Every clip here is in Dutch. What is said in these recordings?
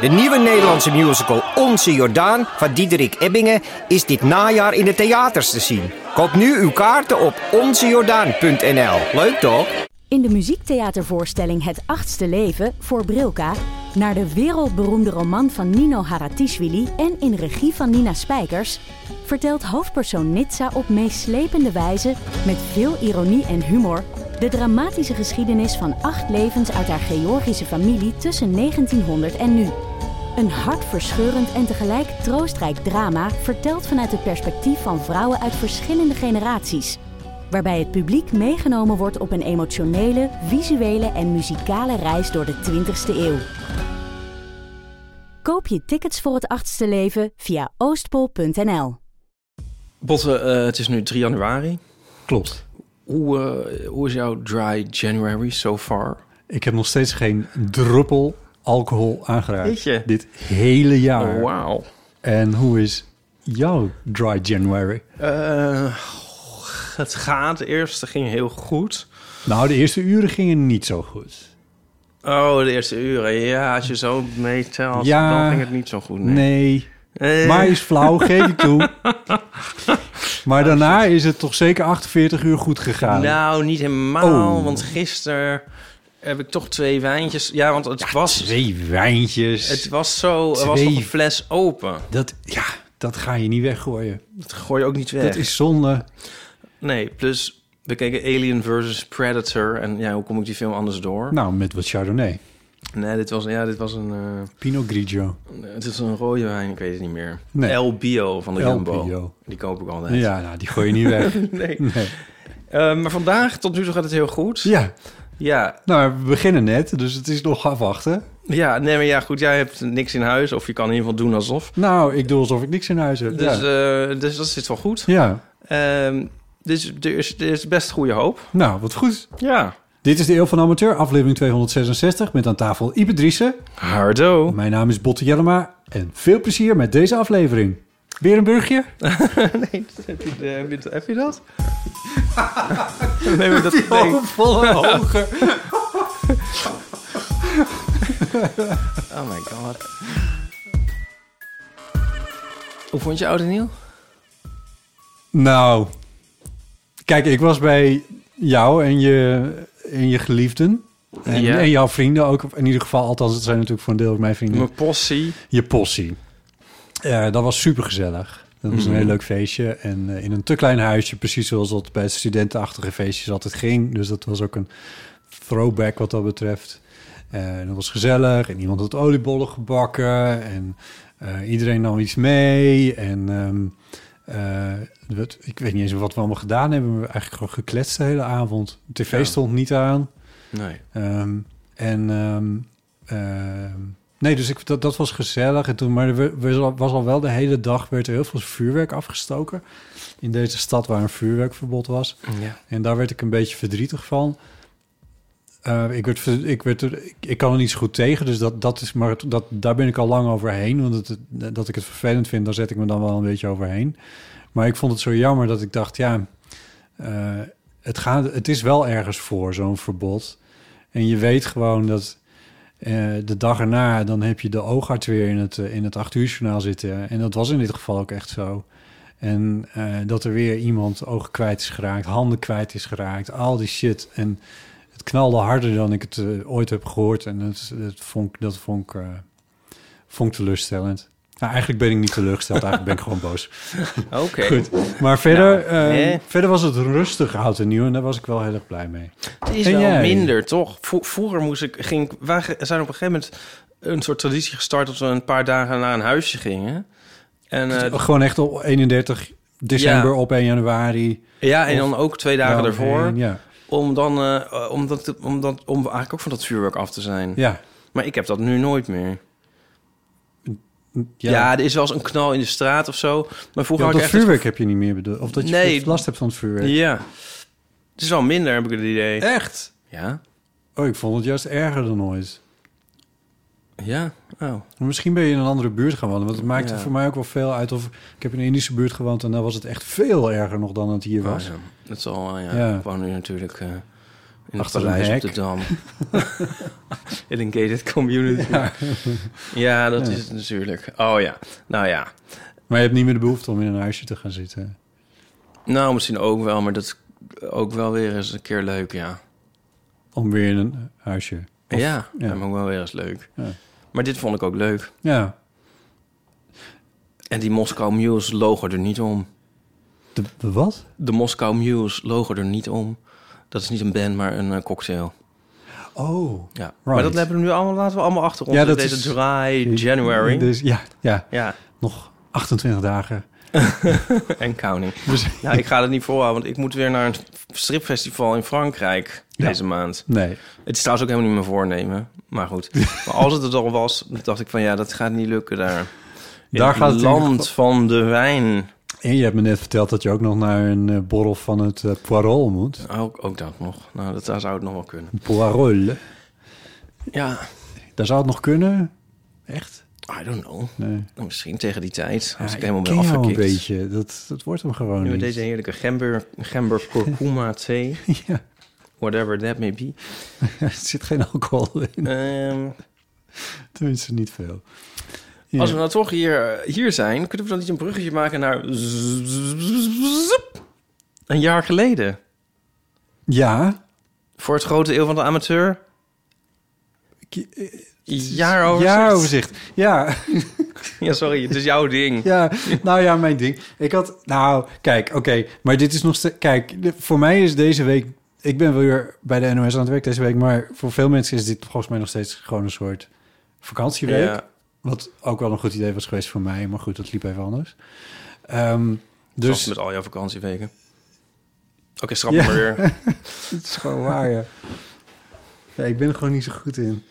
De nieuwe Nederlandse musical Onze Jordaan van Diederik Ebbingen is dit najaar in de theaters te zien. Koop nu uw kaarten op onzejordaan.nl. Leuk toch? In de muziektheatervoorstelling Het Achtste Leven voor Brilka... naar de wereldberoemde roman van Nino Haratischvili en in regie van Nina Spijkers... vertelt hoofdpersoon Nitsa op meeslepende wijze, met veel ironie en humor... de dramatische geschiedenis van acht levens uit haar Georgische familie tussen 1900 en nu. Een hartverscheurend en tegelijk troostrijk drama... verteld vanuit het perspectief van vrouwen uit verschillende generaties waarbij het publiek meegenomen wordt op een emotionele, visuele en muzikale reis door de 20ste eeuw. Koop je tickets voor het achtste leven via oostpol.nl. Botte, eh, het is nu 3 januari. Klopt. Hoe, eh, hoe is jouw dry January so far? Ik heb nog steeds geen druppel alcohol aangeraakt. Weet je? Dit hele jaar. Oh, wauw. En hoe is jouw dry January? Eh, het gaat. De eerste ging heel goed. Nou, de eerste uren gingen niet zo goed. Oh, de eerste uren. Ja, als je zo meetelt, Ja. dan ging het niet zo goed. Nee. Nee. Eh, Maar is flauw, geef ik toe. Maar daarna is het toch zeker 48 uur goed gegaan. Nou, niet helemaal. Oh. Want gisteren heb ik toch twee wijntjes. Ja, want het was... Twee wijntjes. Het was zo, er was Twee. nog een fles open. Dat, ja, dat ga je niet weggooien. Dat gooi je ook niet weg. Dat is zonde. Nee, plus we keken Alien versus Predator. En ja, hoe kom ik die film anders door? Nou, met wat Chardonnay. Nee, dit was, ja, dit was een, eh, Pinot Grigio. het is een rode wijn, ik weet het niet meer. Nee. El Bio van de El Jumbo. Bio. Die koop ik altijd. Ja, nou, die gooi je niet weg. Nee. Nee. Eh, maar vandaag, tot nu toe gaat het heel goed. Ja, Ja, nou, we beginnen net, dus het is nog afwachten. ja, nee, maar ja, goed, jij hebt niks in huis. Of je kan in ieder geval doen alsof. Nou, ik doe alsof ik niks in huis heb. Dus, ja. eh, dus dat zit wel goed. ja, Ehm, dus er is, er is best goede hoop. nou, wat goed. Ja. Dit is de Eeuw van de Amateur, aflevering 266, met aan tafel Ipe Driessen. Hardo. Mijn naam is Botte Jellema en veel plezier met deze aflevering. Weer een burgje? Nee, dat heb, je, eh, heb, je, heb je dat? nee, maar dat nee. volle ogen. Oh my god. Hoe vond je Oud en Nieuw? Nou, kijk, ik was bij jou en je, en je geliefden. En, Ja. en jouw vrienden ook, in ieder geval. Althans, het zijn natuurlijk voor een deel ook mijn vrienden. Mijn possie. je possie. Mhm. Eh, dat was super gezellig. Dat was een heel leuk feestje. En eh, in een te klein huisje, precies zoals dat bij studentenachtige feestjes altijd ging. Dus dat was ook een throwback wat dat betreft. Eh, en dat was gezellig. En iemand had oliebollen gebakken. En eh, iedereen nam iets mee. En ehm, eh, wat- ik weet niet eens wat we allemaal gedaan hebben. We hebben eigenlijk gewoon gekletst de hele avond. De tv Ja. stond niet aan. Nee. Ehm, en ehm, ehm, nee, dus ik, dat, dat was gezellig. En toen, maar er was al, was al wel de hele dag werd er heel veel vuurwerk afgestoken. In deze stad waar een vuurwerkverbod was. Ja. En daar werd ik een beetje verdrietig van. Eh, ik, werd, ver- ik, werd er, ik, ik kan er niet zo goed tegen, dus dat, dat is, maar het- dat, daar ben ik al lang overheen. Want het, het- dat ik het vervelend vind, daar zet ik me dan wel een beetje overheen. Maar ik vond het zo jammer dat ik dacht, ja, eh, het, gaat, het is wel ergens voor, zo'n verbod. En je weet gewoon dat eh, de dag erna, dan heb je de oogarts weer in het, eh, in het acht uur journaal zitten. En dat was in dit geval ook echt zo. En eh, dat er weer iemand ogen kwijt is geraakt, handen kwijt is geraakt, al die shit. En het knalde harder dan ik het eh, ooit heb gehoord. En het, het vond, ik- dat vond ik, eh, vond ik teleurstellend. Nou, eigenlijk ben ik niet teleurgesteld, eigenlijk ben ik gewoon boos. Oké. Goed, maar verder, Nou, eh, eh. verder was het rustig oud en nieuw en daar was ik wel heel erg blij mee. Het is En wel jij? minder, toch? Vro- Vroeger moest ik, ging, ik- wij ge- zijn op een gegeven moment een soort traditie gestart... dat we een paar dagen naar een huisje gingen. En, eh, Gewoon echt op 31 december op 1 januari. ja, en of- Nou, dan ook twee dagen daaromheen, daarvoor. Ja, Om dan, eh, om, dat, om, dat, om eigenlijk ook van dat vuurwerk af te zijn. ja. Maar ik heb dat nu nooit meer. Ja. ja. er is wel eens een knal in de straat of zo. Maar Ja, vroeger had dat ik echt... vuurwerk heb je niet meer bedoeld. Of dat je Nee. last hebt van het vuurwerk. Ja. Het is wel minder, heb ik het idee. Echt? Ja? Oh, ik vond het juist erger dan ooit. Ja? Oh. Maar Misschien ben je in een andere buurt gaan wonen. Want het maakte Ja. voor mij ook wel veel uit. Of ik heb in een Indische buurt gewoond en daar was het echt veel erger nog dan het hier was. Oh, ja. Dat zal wel, ja. Ja. Ik woon nu natuurlijk eh, In het Achter een paleis op hek. de Dam. In een gated community. Ja, dat is het natuurlijk. Oh ja, nou ja. Maar je hebt niet meer de behoefte om in een huisje te gaan zitten. Nou, misschien ook wel, maar dat is ook wel weer eens een keer leuk, ja. Om weer in een huisje. Of- ja, ja. maar ook wel weer eens leuk. Ja. Maar dit vond ik ook leuk. Ja, En die Moscow Mules logen er niet om. de, de wat? De Moscow Mules logen er niet om. Dat is niet een band, maar een eh, cocktail. Oh. Ja. Maar dat hebben we nu allemaal, laten we allemaal achter ons. Ja, in dat deze is- dry January. Dus, ja, ja, Ja, nog 28 dagen. en counting. Dus- Nou, ik ga dat niet volhouden, want ik moet weer naar een stripfestival in Frankrijk Ja. deze maand. Nee. Het is trouwens ook helemaal niet mijn voornemen, maar goed. Maar als het het al was, dacht ik van ja, dat gaat niet lukken daar. In Daar het gaat het in ieder land van de wijn. En je hebt me net verteld dat je ook nog naar een eh, borrel van het eh, Poirol moet. Ook, ook dat nog. Nou, dat, daar zou het nog wel kunnen. Poirol. Ja, Daar zou het nog kunnen. Echt? I don't know. Nee. Nou, Misschien tegen die tijd, als Ja, ik helemaal Ah, ken ben jou een afgekikt. beetje. Dat, dat wordt hem Nu gewoon met niet. deze heerlijke gember, gember kurkuma thee, Ja, whatever that may be. er zit geen alcohol in. Ehm, Tenminste, niet veel. Ja. Als we nou toch hier, hier zijn, kunnen we dan niet een bruggetje maken naar... Een jaar geleden. Ja. Voor het grote eeuw van de amateur. Ki- eh, Jaaroverzicht. Jaaroverzicht. Ja. Ja, sorry, het is jouw ding. Ja, nou ja, mijn ding. Ik had, nou, kijk, oké, maar dit is nog steeds, kijk, de- voor mij is deze week, ik ben wel weer bij de NOS aan het werk deze week, maar voor veel mensen is dit volgens mij nog steeds gewoon een soort vakantieweek. Ja. Wat ook wel een goed idee was geweest voor mij, maar goed, dat liep even anders. Ehm, Dus dus met al jouw vakantieweken. Oké, schrap Ja. maar weer. het is gewoon waar, ja. Ja, ik ben er gewoon niet zo goed in.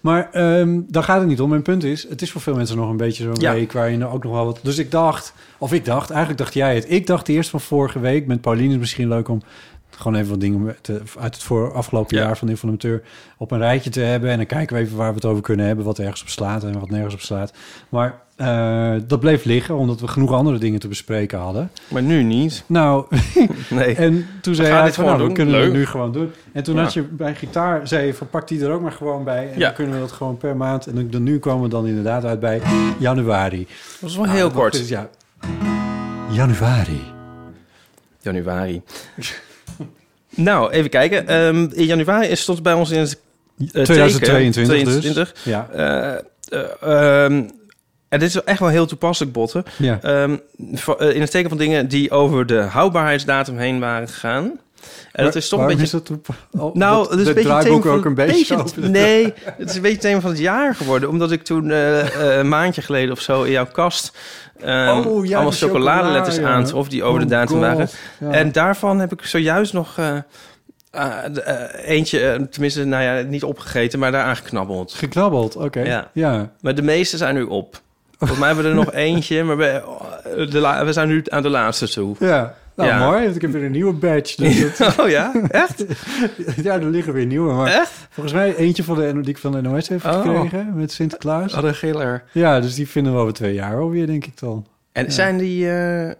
Maar ehm daar gaat het niet om. Mijn punt is, het is voor veel mensen nog een beetje zo'n Ja. week waarin er ook nog wel wat... Dus ik dacht, of ik dacht, eigenlijk dacht jij het. Ik dacht eerst van vorige week, met Pauline is het misschien leuk om... gewoon even wat dingen te- uit het voor, afgelopen Ja. jaar van de informateur op een rijtje te hebben. En dan kijken we even waar we het over kunnen hebben. Wat ergens op slaat en wat nergens op slaat. Maar eh, dat bleef liggen, omdat we genoeg andere dingen te bespreken hadden. Maar nu niet. Nou, Nee. en toen zei gaan hij dit van, gewoon nou, we doen. kunnen Leuk. het nu gewoon doen. En toen Ja. had je bij gitaar, zei je van, pak die er ook maar gewoon bij. En Ja. dan kunnen we dat gewoon per maand. En dan, dan nu komen we dan inderdaad uit bij januari. Dat was wel heel Ah, kort. dat is- ja. Januari. Januari. nou, even kijken. Ehm, in januari is tot bij ons in het... eh, teken, 2022 dus. Ja. Eh, eh, ehm, en dit is echt wel heel toepasselijk, Botten. ja. Ehm, va- eh, in het teken van dingen die over de houdbaarheidsdatum heen waren gegaan. En dat is toch een beetje. nou, dat is een beetje het thema draaiboek van ook een beetje. zo. Nee, het is een beetje het thema van het jaar geworden. Omdat ik toen eh, eh, een maandje geleden of zo in jouw kast ehm, Oh, ja, allemaal die chocoladeletters chocoladeletters ja. aantrof die over de Oh, datum God. waren. Ja. En daarvan heb ik zojuist nog eh, ah, de- eh, eentje, eh, tenminste, nou ja, niet opgegeten, maar daar aangeknabbeld. Geknabbeld, oké. Ja. Ja. ja. Maar de meeste zijn nu op. Volgens mij hebben we er nog eentje, maar we, eh, de la- we zijn nu aan de laatste toe. Nou, Ja. mooi. want Ik heb weer een nieuwe badge. Dus dat- Oh ja? Echt? ja, er liggen weer nieuwe. Maar Echt? Volgens mij eentje van de, die ik van de NOS heeft Oh. gekregen met Sinterklaas. Wat een giller. Ja, dus die vinden we over twee jaar alweer, denk ik dan. En zijn die... eh,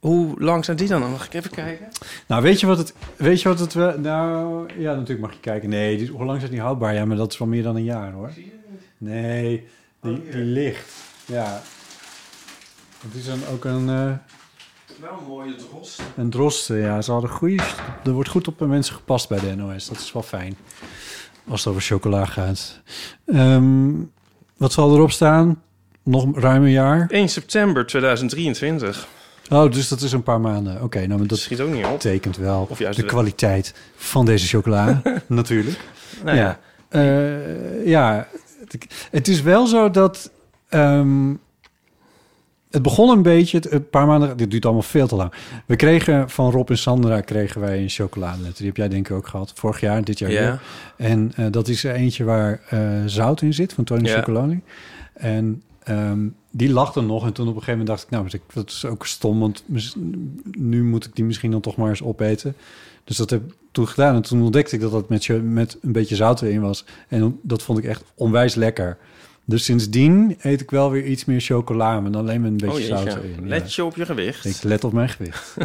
hoe lang zijn die dan? Mag ik even kijken? Nou, weet je wat het... Weet je wat het wel, nou, ja, natuurlijk mag je kijken. Nee, die, hoe lang is het niet houdbaar? Ja, maar dat is wel meer dan een jaar, hoor. Nee, die, die ligt. Ja. Het is dan ook een, eh Wel een mooie drost. een droste. Ja, ze hadden goede... Er wordt goed op de mensen gepast bij de NOS. Dat is wel fijn. Als het over chocola gaat. Ehm, wat zal erop staan? Nog ruim een jaar. 1 september 2023. Oh, dus dat is een paar maanden. Oké, nou, maar Dat dat schiet ook niet op. tekent wel Of juist de wel. kwaliteit van deze chocola, natuurlijk. Nou ja. Eh, ja, het- het is wel zo dat... ehm, het begon een beetje, het- een paar maanden... Dit duurt allemaal veel te lang. We kregen van Rob en Sandra kregen wij een chocoladeletter. Die heb jij denk ik ook gehad. Vorig jaar, dit jaar Ja. Oh, weer. En eh, dat is er eentje waar eh, zout in zit, van Tony Ja. Chocoloni. En ehm, die lag er nog. En toen op een gegeven moment dacht ik, nou, dat- dat is ook stom, want mis- nu moet ik die misschien dan toch maar eens opeten. Dus dat heb ik toen gedaan. En toen ontdekte ik dat dat met, cho- met een beetje zout erin was. En dat vond ik echt onwijs lekker. Dus sindsdien eet ik wel weer iets meer chocola, maar dan alleen maar een Oh beetje jeetje, zout erin. ja. let je op je gewicht. Ik let op mijn gewicht.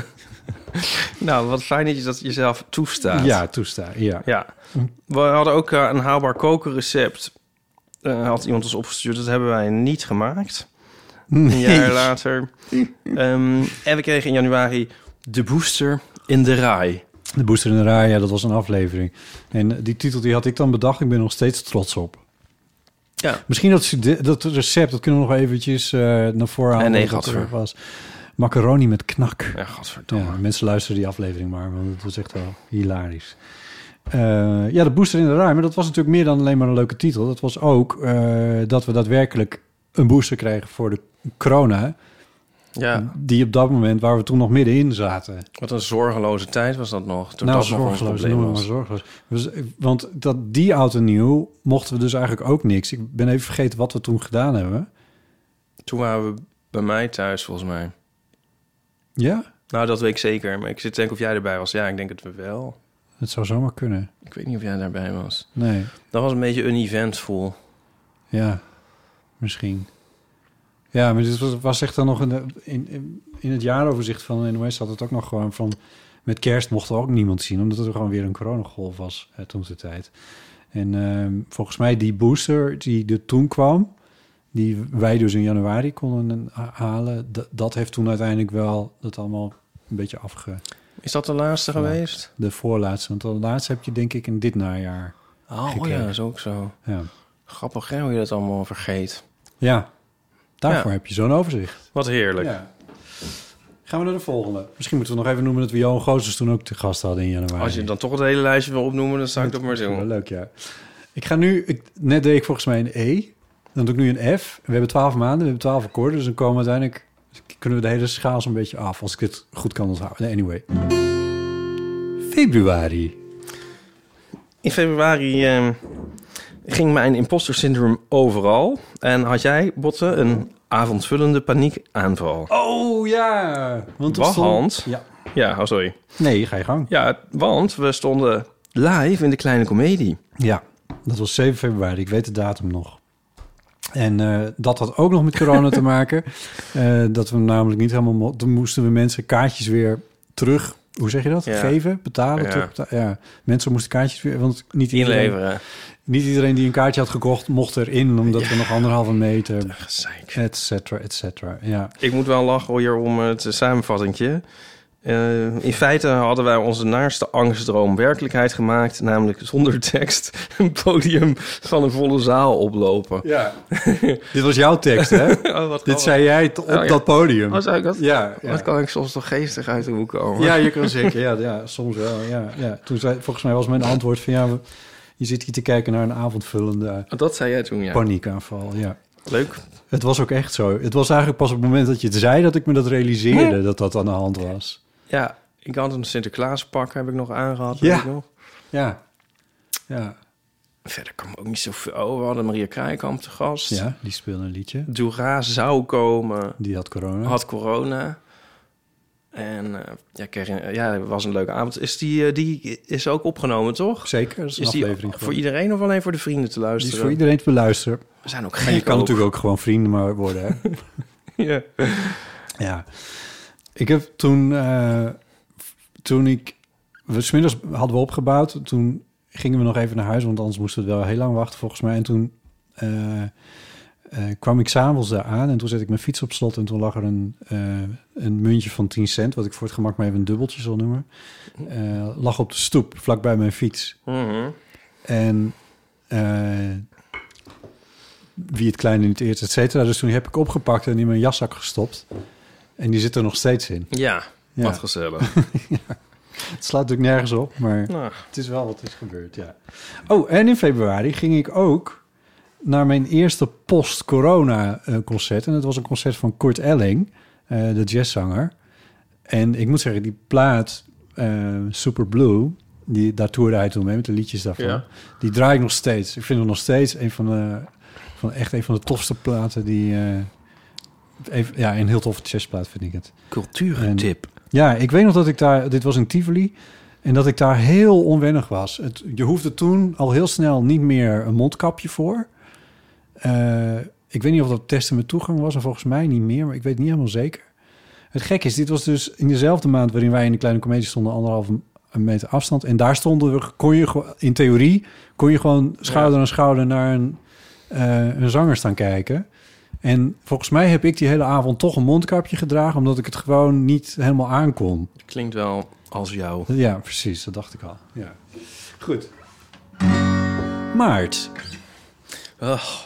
Nou, wat fijn dat je dat jezelf toestaat. Ja, toestaan. Ja. Ja. We hadden ook eh, een haalbaar kokenrecept. Eh, had iemand ons opgestuurd. Dat hebben wij niet gemaakt. Een jaar later. Ehm, en we kregen in januari de booster in de rij. De Booster in de Raai, ja, dat was een aflevering. En eh, die titel die had ik dan bedacht. Ik ben er nog steeds trots op. Ja. Misschien dat, stude- dat recept, dat kunnen we nog eventjes eh, naar voren halen. nee, dat gadver. er was. Macaroni met knak. Ja, godverdomme. Ja, mensen luisteren die aflevering maar, want het was echt wel hilarisch. Eh, ja, de booster in de ruimte. Dat was natuurlijk meer dan alleen maar een leuke titel. Dat was ook eh, dat we daadwerkelijk een booster kregen voor de corona. Ja, Die op dat moment, waar we toen nog middenin zaten. wat een zorgeloze tijd was dat nog. Toen dat nog ons Nou, zorgeloos, probleem noem het was. maar zorgeloos. Dus, eh, Want dat, die oud en nieuw mochten we dus eigenlijk ook niks. Ik ben even vergeten wat we toen gedaan hebben. Toen waren we bij mij thuis, volgens mij. Ja, Nou, dat weet ik zeker. Maar ik zit te denken of jij erbij was. Ja, ik denk het wel. dat zou zomaar kunnen. Ik weet niet of jij daarbij was. Nee, Dat was een beetje een eventvol. ja, misschien. Ja, maar dit was, was echt dan nog in, de, in, in- in het jaaroverzicht van de NOS had het ook nog gewoon van... Met kerst mocht er ook niemand zien, omdat er gewoon weer een coronagolf was eh, toen de tijd. En ehm, volgens mij die booster die er toen kwam, die wij dus in januari konden ha- halen... d- dat heeft toen uiteindelijk wel dat allemaal een beetje afge... Is dat de laatste geweest? De voorlaatste, want de laatste heb je denk ik in dit najaar. Oh, Gekregen. ja, dat is ook zo. Ja, Grappig hè, hoe je dat allemaal vergeet. ja daarvoor Ja. heb je zo'n overzicht. Wat heerlijk. Ja. Gaan we naar de volgende. Misschien moeten we nog even noemen dat we Johan Gozers toen ook te gast hadden in januari. Als je dan toch het hele lijstje wil opnoemen, dan zou ik dat maar Wel doen. Leuk, ja. Ik ga nu... Ik, net deed ik volgens mij een E. Dan doe ik nu een F. We hebben twaalf maanden, we hebben twaalf akkoorden. Dus dan komen we uiteindelijk... Kunnen we de hele schaal zo'n beetje af. Als ik dit goed kan onthouden. Anyway. Februari. In februari ehm, ging mijn imposter syndroom overal. En had jij, Botte, een avondvullende paniekaanval. Oh ja! Want toen stond- Waghand. Ja. Ja, oh sorry. Nee, ga je gang. Ja, want we stonden live in de kleine komedie. Ja, dat was 7 februari. Ik weet de datum nog. En eh, dat had ook nog met corona te maken. Eh, dat we namelijk niet helemaal... mo- Toen moesten we mensen kaartjes weer terug... Hoe zeg je dat? Ja. Geven, betalen. Ja. terug beta- ja. Mensen moesten kaartjes weer... Want niet iedereen, Inleveren. niet iedereen die een kaartje had gekocht mocht erin. Omdat we nog anderhalve meter... Gezeik. Et cetera, et cetera. Ja. Ik moet wel lachen hier om eh, het samenvattingje. Eh, in feite hadden wij onze naarste angstdroom werkelijkheid gemaakt, namelijk zonder tekst een podium van een volle zaal oplopen. ja. Dit was jouw tekst, hè? Oh, wat Dit zei jij t- op Oh, ja. dat podium. Oh, zei ik dat? Ja, ja. Wat kan ik soms toch geestig uit de hoek komen? Ja, je kan zeker. Ja, ja soms wel. Ja, ja. Toen zei, volgens mij was mijn antwoord van ja, we- je zit hier te kijken naar een avondvullende Oh, Dat zei jij toen, ja. paniekaanval. Ja. Leuk. Het was ook echt zo. Het was eigenlijk pas op het moment dat je het zei dat ik me dat realiseerde dat dat aan de hand was. Ja, ik had een Sinterklaaspak, heb ik nog aangehad. Ja. weet ik nog. Ja. Ja. Verder kwam ook niet zoveel. Oh, we hadden Maria Krijkamp te gast. Ja, die speelde een liedje. Dura zou komen. Die had corona. had corona. En eh, ja, kreeg een- ja, het was een leuke avond. Is die, eh, die is ook opgenomen, toch? zeker. Dat is een Is die aflevering. voor geworden. iedereen of alleen voor de vrienden te Die is luisteren? voor iedereen te beluisteren. We zijn ook En gek je kan ook. natuurlijk ook gewoon vrienden maar worden. Hè? Ja. Ja. Ik heb toen... eh, toen ik... We smiddags hadden we opgebouwd. Toen gingen we nog even naar huis. Want anders moesten we wel heel lang wachten volgens mij. En toen eh, eh, kwam ik s'avonds daar aan. En toen zette ik mijn fiets op slot. En toen lag er een, eh, een muntje van 10 cent. Wat ik voor het gemak maar even een dubbeltje zal noemen. eh, lag op de stoep vlakbij mijn fiets. Mhm. En eh, wie het kleine niet eert, et cetera. Dus toen heb ik opgepakt en in mijn jaszak gestopt. En die zit er nog steeds in. ja, Ja. wat gezellig. Het slaat natuurlijk nergens op, maar nou, het is wel wat is gebeurd, ja. Oh, en in februari ging ik ook naar mijn eerste post-corona eh, concert. En dat was een concert van Kurt Elling, eh, de jazzzanger. En ik moet zeggen, die plaat eh, Super Blue, die, daar toerde hij toen mee met de liedjes daarvan. Ja. Die draai ik nog steeds. Ik vind het nog steeds een van de, van echt een van de tofste platen die... eh, even, ja, een heel toffe jazzplaat vind ik het. cultuurtip. Ja, ik weet nog dat ik daar, dit was in Tivoli, en dat ik daar heel onwennig was. Het, je hoefde toen al heel snel niet meer een mondkapje voor. Eh, ik weet niet of dat testen met toegang was, en volgens mij niet meer, maar ik weet niet helemaal zeker. Het gekke is, dit was dus in dezelfde maand waarin wij in de kleine comedie stonden, anderhalve meter afstand. En daar stonden we, kon je gewoon- in theorie, kon je gewoon schouder aan schouder naar een, eh, een zanger staan kijken. En volgens mij heb ik die hele avond toch een mondkapje gedragen, omdat ik het gewoon niet helemaal aankon. Klinkt wel als jou. Ja, precies, dat dacht ik al. Ja. Goed. Maart. Ugh.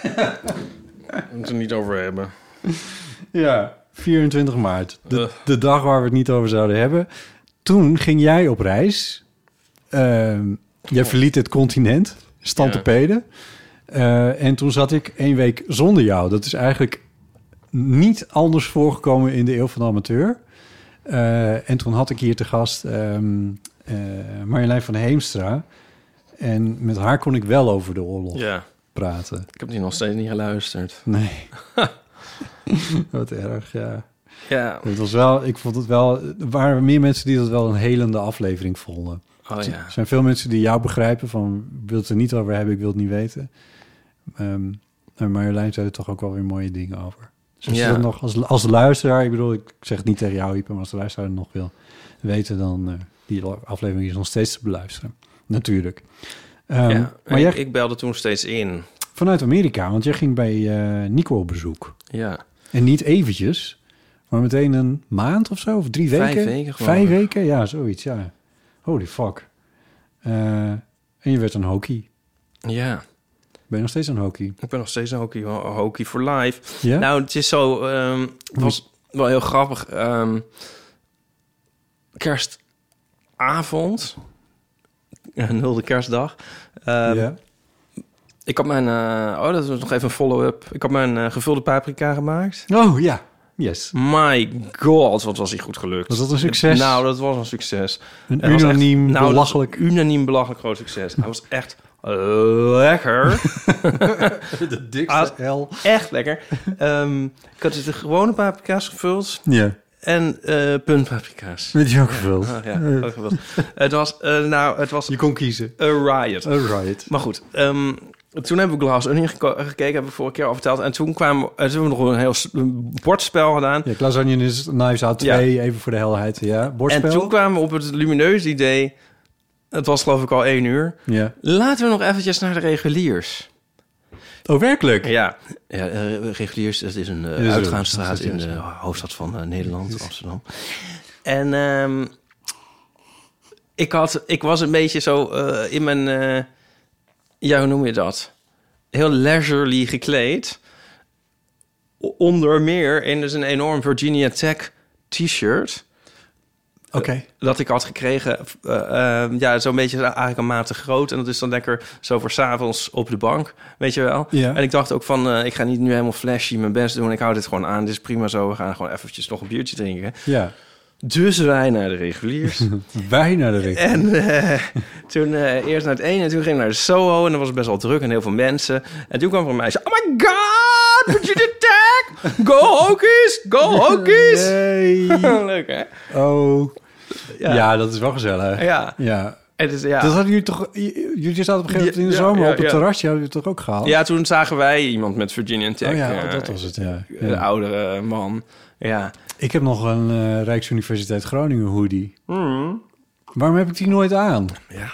We moeten het niet over hebben. Ja, 24 maart. De, Ugh. de dag waar we het niet over zouden hebben. Toen ging jij op reis. Ehm, jij verliet het continent, Stantepede. Eh, en toen zat ik één week zonder jou. Dat is eigenlijk niet anders voorgekomen in de eeuw van de amateur. Eh, en toen had ik hier te gast ehm, eh, Marjolein van Heemstra. En met haar kon ik wel over de oorlog Ja. praten. Ik heb die nog steeds niet geluisterd. Nee. Wat erg, ja. Ja. Het was wel, ik vond het wel, er waren meer mensen die dat wel een helende aflevering vonden. Oh ja. Er zijn veel mensen die jou begrijpen van, ik wil het er niet over hebben, ik wil het niet weten. Ehm en Marjolein zei er toch ook wel weer mooie dingen over. Dus als je Ja. dat nog als, als luisteraar, ik bedoel, ik zeg het niet tegen jou, Ipe, maar als de luisteraar het nog wil weten, dan eh, die aflevering is nog steeds te beluisteren. Natuurlijk. Ehm, ja. Maar ik, jij ik belde toen steeds in. vanuit Amerika, want jij ging bij eh, Nico op bezoek. Ja. En niet eventjes, maar meteen een maand of zo, of drie weken. Vijf weken, geloof Vijf ik. weken, ja, zoiets, ja. Holy fuck. Eh, en je werd een hockey. Ja. Ben je nog steeds een hockey? Ik ben nog steeds een hockey, ho- hockey for life. Ja? Nou, het is zo... ehm, het was wel heel grappig. ehm, kerstavond. Nulde kerstdag. Ehm, ja. Ik had mijn... eh, oh, dat was nog even een follow-up. Ik had mijn eh, gevulde paprika gemaakt. Oh, ja. Yes. My god, wat was die goed gelukt. Was dat een succes? Nou, dat was een succes. Een Het was echt- unaniem, nou, dat was belachelijk... een unaniem belachelijk groot succes. Hij was echt lekker. De Als- hel. echt lekker. Ehm, ik had dus de gewone paprika's gevuld Ja, en eh puntpaprika's. met je ook gevuld. Ah, ja, ook gevuld. het was, eh, nou, het was Je kon kiezen. a riot. All right. Maar goed, ehm, toen hebben we Glass Onion geko- gekeken, hebben we vorige keer al verteld. En toen, kwamen, eh, toen hebben we nog een heel s- een bordspel gedaan. Ja, Klaus Onion is Knives Out 2, even voor de helheid. Ja, bordspel. En toen kwamen we op het lumineuze idee, het was geloof ik al één uur. Ja. Laten we nog eventjes naar de reguliers. Oh, werkelijk? Ja, ja eh, reguliers, dat is een eh, is een- uitgaansstraat dat is- in de hoofdstad van eh, Nederland, Amsterdam. En ehm, ik, had, ik was een beetje zo eh, in mijn, eh, ja, hoe noem je dat? Heel leisurely gekleed. O- Onder meer in dus een enorm Virginia Tech t-shirt Oké. dat ik had gekregen, eh, eh, ja, zo'n beetje eigenlijk een maat te groot. En dat is dan lekker zo voor 's avonds op de bank, weet je wel. Ja. En ik dacht ook van, eh, ik ga niet nu helemaal flashy mijn best doen. Ik hou dit gewoon aan, dit is prima zo. We gaan gewoon eventjes nog een biertje drinken. Ja. Dus wij naar de reguliers. Wij naar de richting. en eh, toen eh, eerst naar het ene en toen ging ik naar de Soho. En dat was best wel druk en heel veel mensen. En toen kwam er een meisje, oh my god, Virginia Tech! Go Hokies, go Hokies! Yay. Leuk hè? Oh. Ja. Ja. dat is wel gezellig. Ja. ja. Het is, ja. Dat hadden jullie toch... j- Jullie zaten op een gegeven moment in de Ja, zomer ja, op het ja. terrasje. Hadden jullie het toch ook gehaald? Ja, toen zagen wij iemand met Virginia Tech. Oh ja, eh, dat was het, ja. Een Ja. oudere man. Ja. Ik heb nog een eh, Rijksuniversiteit Groningen hoodie. Hmm. Waarom heb ik die nooit aan? ja.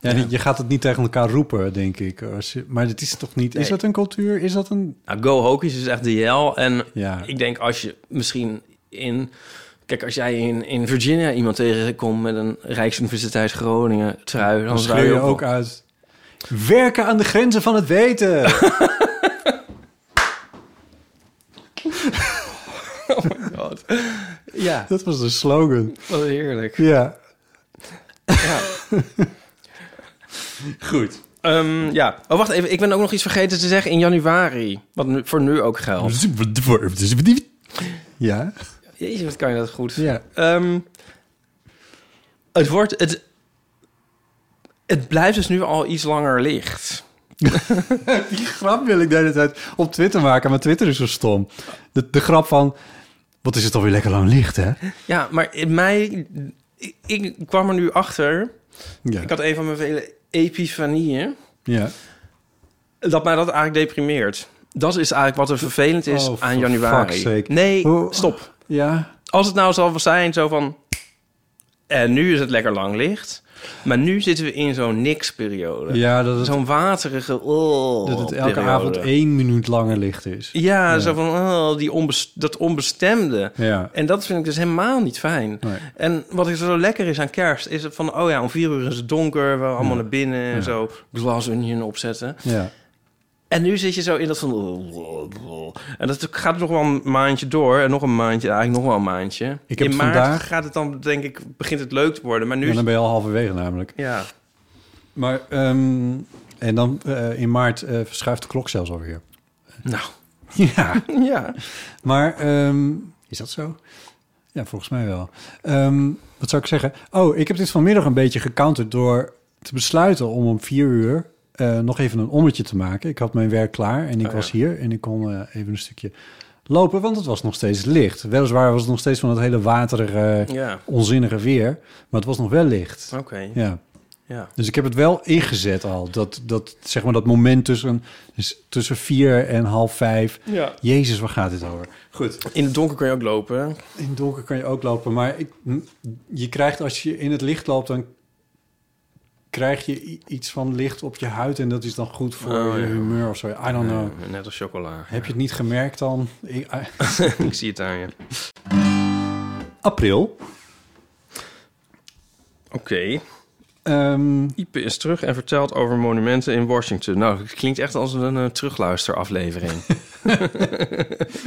Ja, die- Je gaat het niet tegen elkaar roepen, denk ik. Als je- Maar het is toch niet... Is Nee. dat een cultuur? Is dat een... Nou, Go Hokies is echt de jel. En Ja. ik denk als je misschien in... Kijk, als jij in, in Virginia iemand tegenkomt met een Rijksuniversiteit Groningen trui... Dan, Dan zou schreeuw je ook uit... Werken aan de grenzen van het weten. God. Ja, dat was de slogan. wat heerlijk. Ja. Ja. Goed. Ehm, ja. Oh, wacht even. Ik ben ook nog iets vergeten te zeggen in januari. Wat nu, voor nu ook Dus- geldt. Ja. Jezus, wat kan je dat goed. Ja. Ehm, het wordt... Het, het blijft dus nu al iets langer licht. Die grap wil ik de hele tijd op Twitter maken, maar Twitter is zo stom. De, de grap van, wat is het alweer lekker lang licht, hè? Ja, maar in mij... Ik, ik kwam er nu achter. Ja. Ik had een van mijn vele epifanieën. ja. dat mij dat eigenlijk deprimeert. Dat is eigenlijk wat er vervelend is Oh, aan for januari. fuck's sake. Nee, Hoe- stop. Ja. Als het nou zal zijn zo van... En nu is het lekker lang licht. Maar nu zitten we in zo'n niks-periode. Ja, dat het, Zo'n waterige... Oh, dat het elke periode. avond één minuut langer licht is. Ja, zo van oh, die onbes- dat onbestemde. Ja. En dat vind ik dus helemaal niet fijn. Nee. En wat er zo lekker is aan kerst, is het van... oh ja, om vier uur is het donker, we allemaal naar binnen... en zo glas onion opzetten. Ja. En nu zit je zo in dat van... En dat gaat nog wel een maandje door. En nog een maandje, eigenlijk nog wel een maandje. Ik heb in het maart vandaag- gaat het dan, denk ik, begint het leuk te worden. Maar nu... En is- dan ben je al halverwege namelijk. Ja. Maar ehm, en dan eh, in maart eh, verschuift de klok zelfs alweer. Nou, Ja. ja. Maar ehm, is dat zo? Ja, volgens mij wel. Ehm, wat zou ik zeggen? Oh, ik heb dit vanmiddag een beetje gecounterd door te besluiten om om vier uur eh, nog even een ommetje te maken. Ik had mijn werk klaar en ik Oh, was ja. hier en ik kon eh, even een stukje lopen, want het was nog steeds licht. Weliswaar was het nog steeds van het hele waterige, Ja, onzinnige weer, maar het was nog wel licht. oké. Oh, Ja. Ja. Dus ik heb het wel ingezet al. Dat, dat, zeg maar dat moment tussen, dus tussen vier en half vijf. ja. Jezus, waar gaat dit over? Goed. In het donker kun je ook lopen. hè? In het donker kan je ook lopen, maar ik, m- je krijgt als je in het licht loopt, dan krijg je i- iets van licht op je huid en dat is dan goed voor Oh, je ja. humeur of zo. I don't know. Eh, Net als chocola. Heb je het niet gemerkt dan? Ik- I- ik zie het aan je. April. Oké. Ehm, Ipe is terug en vertelt over monumenten in Washington. Nou, het klinkt echt als een eh, terugluisteraflevering.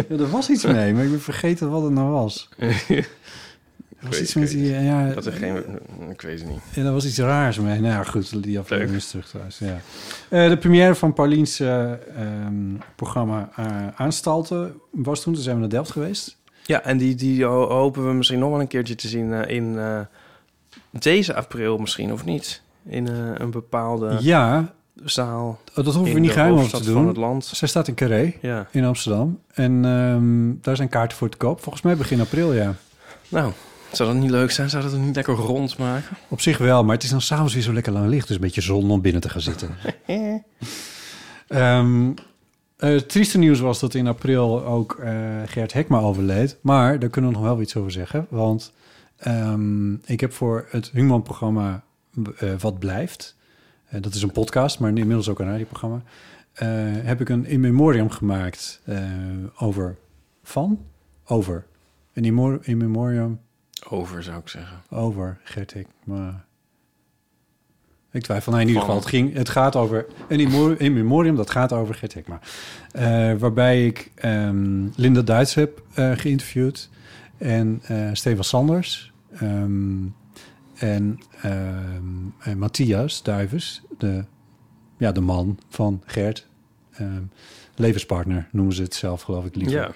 ja, er was iets mee, maar ik ben vergeten wat het nou was. Er was weet- iets ik met weet die, ja, Dat er geen... eh, Ik weet het niet. En er was iets raars mee. Nou ja, goed, die aflevering Leuk. is terug thuis. Ja. Eh, de première van Paulien's eh, ehm, programma eh, Aanstalten was toen. Toen zijn we naar Delft geweest. Ja, en die, die ho- hopen we misschien nog wel een keertje te zien eh, in eh, deze april misschien, of niet? In eh, een bepaalde Ja, zaal dat hoeven we in niet de geheim over hoofdstad te van het doen. land. Zij staat in Carré Ja, in Amsterdam. En ehm, daar zijn kaarten voor te koop. Volgens mij begin april, ja. nou, zou dat niet leuk zijn? Zou dat het niet lekker rond maken? Op zich wel, maar het is dan s'avonds weer zo lekker lang licht. Dus een beetje zon om binnen te gaan zitten. Ehm, eh, het trieste nieuws was dat in april ook eh, Gert Hekma overleed. Maar daar kunnen we nog wel iets over zeggen. Want ehm, ik heb voor het Human-programma eh, Wat Blijft... eh, dat is een podcast, maar inmiddels ook een radioprogramma... eh, heb ik een in memoriam gemaakt eh, over... Van? Over. Een in memo- in memoriam Over, zou ik zeggen. over Gert Hekma. Ik twijfel. Nou, in ieder Van. geval, het, ging, het gaat over... Een in memo- in memoriam, dat gaat over Gert Hekma. Eh, waarbij ik ehm, Linda Duits heb eh, geïnterviewd. En eh Stefan Sanders. ehm, en, ehm, en Matthias Duivens. De, ja, de man van Gert. Ehm, levenspartner noemen ze het zelf, geloof ik, liever. Ja.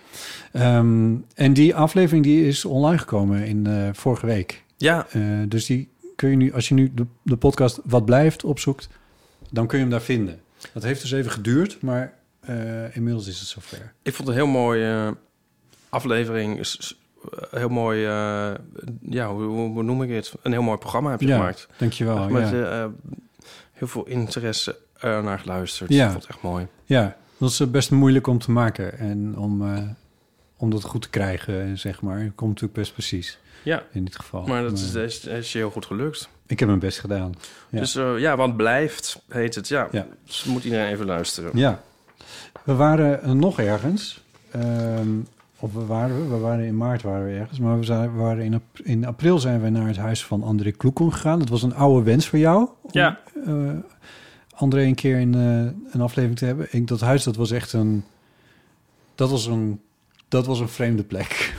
Ehm, en die aflevering die is online gekomen in eh, vorige week. ja, Eh, dus die kun je nu, als je nu de, de podcast Wat Blijft opzoekt, dan kun je hem daar vinden. Dat heeft dus even geduurd, maar eh, inmiddels is het zover. ik vond het een heel mooie eh, aflevering. Is- is, eh, Heel mooi, eh, ja, hoe, hoe- hoe noem ik het? Een heel mooi programma heb je Ja, gemaakt. Dankjewel. Met ja. eh, eh, heel veel interesse eh, naar geluisterd. Ja. Ik vond het echt mooi. ja, dat is eh, best moeilijk om te maken en om, eh, om dat goed te krijgen, eh, zeg maar. Komt natuurlijk best precies Ja, in dit geval. maar dat is, eh, is, is je heel goed gelukt. Ik heb mijn best gedaan. Ja. Dus eh, ja, want blijft, heet het. Ja, Ja. dus moet iedereen even luisteren. Ja. We waren eh, nog ergens. Ehm, of we waren, we? we waren in maart waren we ergens. Maar we zijn, we waren in, ap- in april zijn we naar het huis van André Kloekon gegaan. Dat was een oude wens voor jou. om, Ja. eh, André een keer in eh, een aflevering te hebben. Ik, dat huis, dat was echt een... Dat was een, dat was een vreemde plek.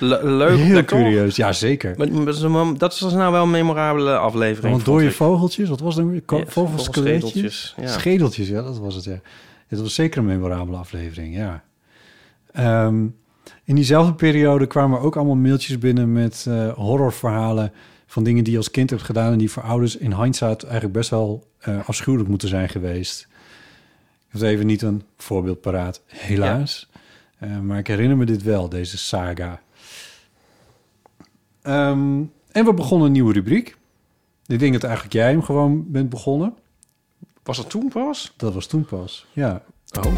Le- leuk, Heel lekker. curieus. Ja, zeker. Maar dat is een- dat was nou wel een memorabele aflevering. Want door je vond vogeltjes, wat was dat? weer? Ko- ik. Ja, Vogelskeletjes? vogelschedeltjes, Ja. Schedeltjes, ja, dat was het. Ja. Het was zeker een memorabele aflevering, ja. Ehm, in diezelfde periode kwamen ook allemaal mailtjes binnen met eh, horrorverhalen van dingen die je als kind hebt gedaan en die voor ouders in hindsight eigenlijk best wel eh, afschuwelijk moeten zijn geweest. Ik heb even niet een voorbeeld paraat, helaas. Eh, maar ik herinner me dit wel, deze saga. Ehm, en we begonnen een nieuwe rubriek. Ik denk dat eigenlijk jij hem gewoon bent begonnen. Was dat toen pas? Dat was toen pas. Ja. Oh.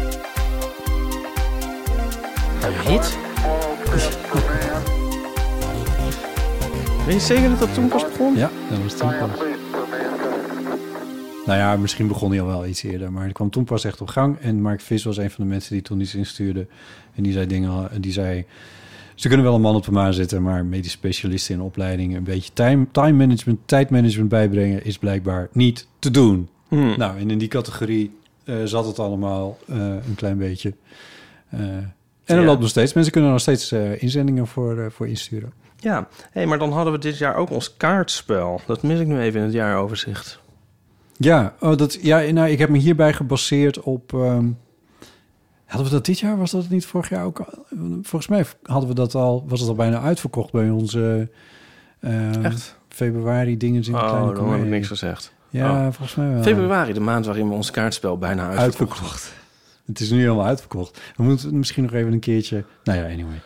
Een hit? Weet je zeker dat dat toen pas begon? Ja, dat was toen pas. Nou ja, misschien begon hij al wel iets eerder, maar het kwam toen pas echt op gang. En Mark Vis was een van de mensen die toen iets instuurde. En die zei dingen, die zei... Ze kunnen wel een man op de maan zetten, maar medisch specialisten in opleiding... een beetje time, time management, tijdmanagement bijbrengen is blijkbaar niet te doen. Hmm. Nou, en in die categorie eh, zat het allemaal eh, een klein beetje. Eh, en er Ja. loopt nog steeds. Mensen kunnen er nog steeds eh, inzendingen voor, eh, voor insturen. Ja, hey, maar dan hadden we dit jaar ook ons kaartspel. Dat mis ik nu even in het jaaroverzicht. Ja, oh, dat, ja nou, ik heb me hierbij gebaseerd op... ehm, hadden we dat dit jaar? Was dat niet vorig jaar ook? al? Volgens mij hadden we dat al, was het al bijna uitverkocht bij onze... eh, Echt? Februari dingen in Oh, de kleine dan heb ik comedie. niks gezegd. Ja, volgens mij wel. Februari, de maand waarin we ons kaartspel bijna uitverkocht. Uitverkocht. Het is nu helemaal uitverkocht. We moeten misschien nog even een keerje... Nou ja, anyway.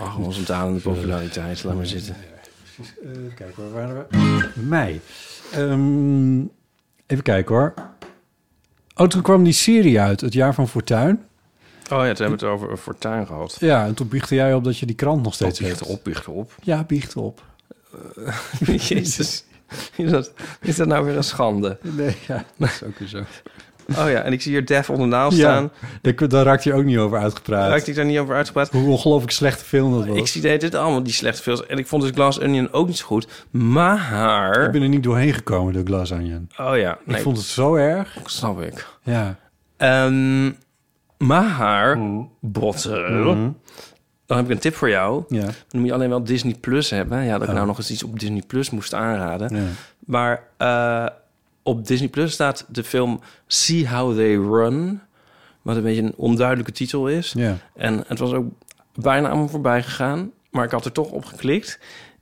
Oh, onze dalende populariteit, laat maar zitten. Eh, kijk, waar waren we? Mei. Ehm, even kijken hoor. Oh, toen kwam die serie uit, Het Jaar van Fortuin. Oh ja, toen hebben we het over een fortuin gehad. Ja, en toen biechtte jij op dat je die krant nog steeds Opbiechten, hebt. opbiechten, Oh, op. Ja, biecht op. Jezus. Is dat, is dat nou weer een schande? Nee, ja, dat is ook weer zo. Oh ja, en ik zie hier Def ondernaal Ja, staan. daar, daar raakt je ook niet over uitgepraat. Raakte ik daar niet over uitgepraat? Hoe ongelooflijk slechte film dat was. Ik zie dit allemaal die slechte films. En ik vond dus Glass Onion ook niet zo goed. Maar... Ik ben er niet doorheen gekomen door Glass Onion. Oh ja, nee, Ik vond het zo erg. snap ik. Ja. Ehm, maar, Mm. botten, dan heb ik een tip voor jou. Ja. Dan moet je alleen wel Disney Plus hebben. Ja, dat ik Oh. nou nog eens iets op Disney Plus moest aanraden. ja. Maar eh, op Disney Plus staat de film See How They Run. Wat een beetje een onduidelijke titel is. ja. En het was ook bijna aan me voorbij gegaan. Maar ik had er toch op geklikt.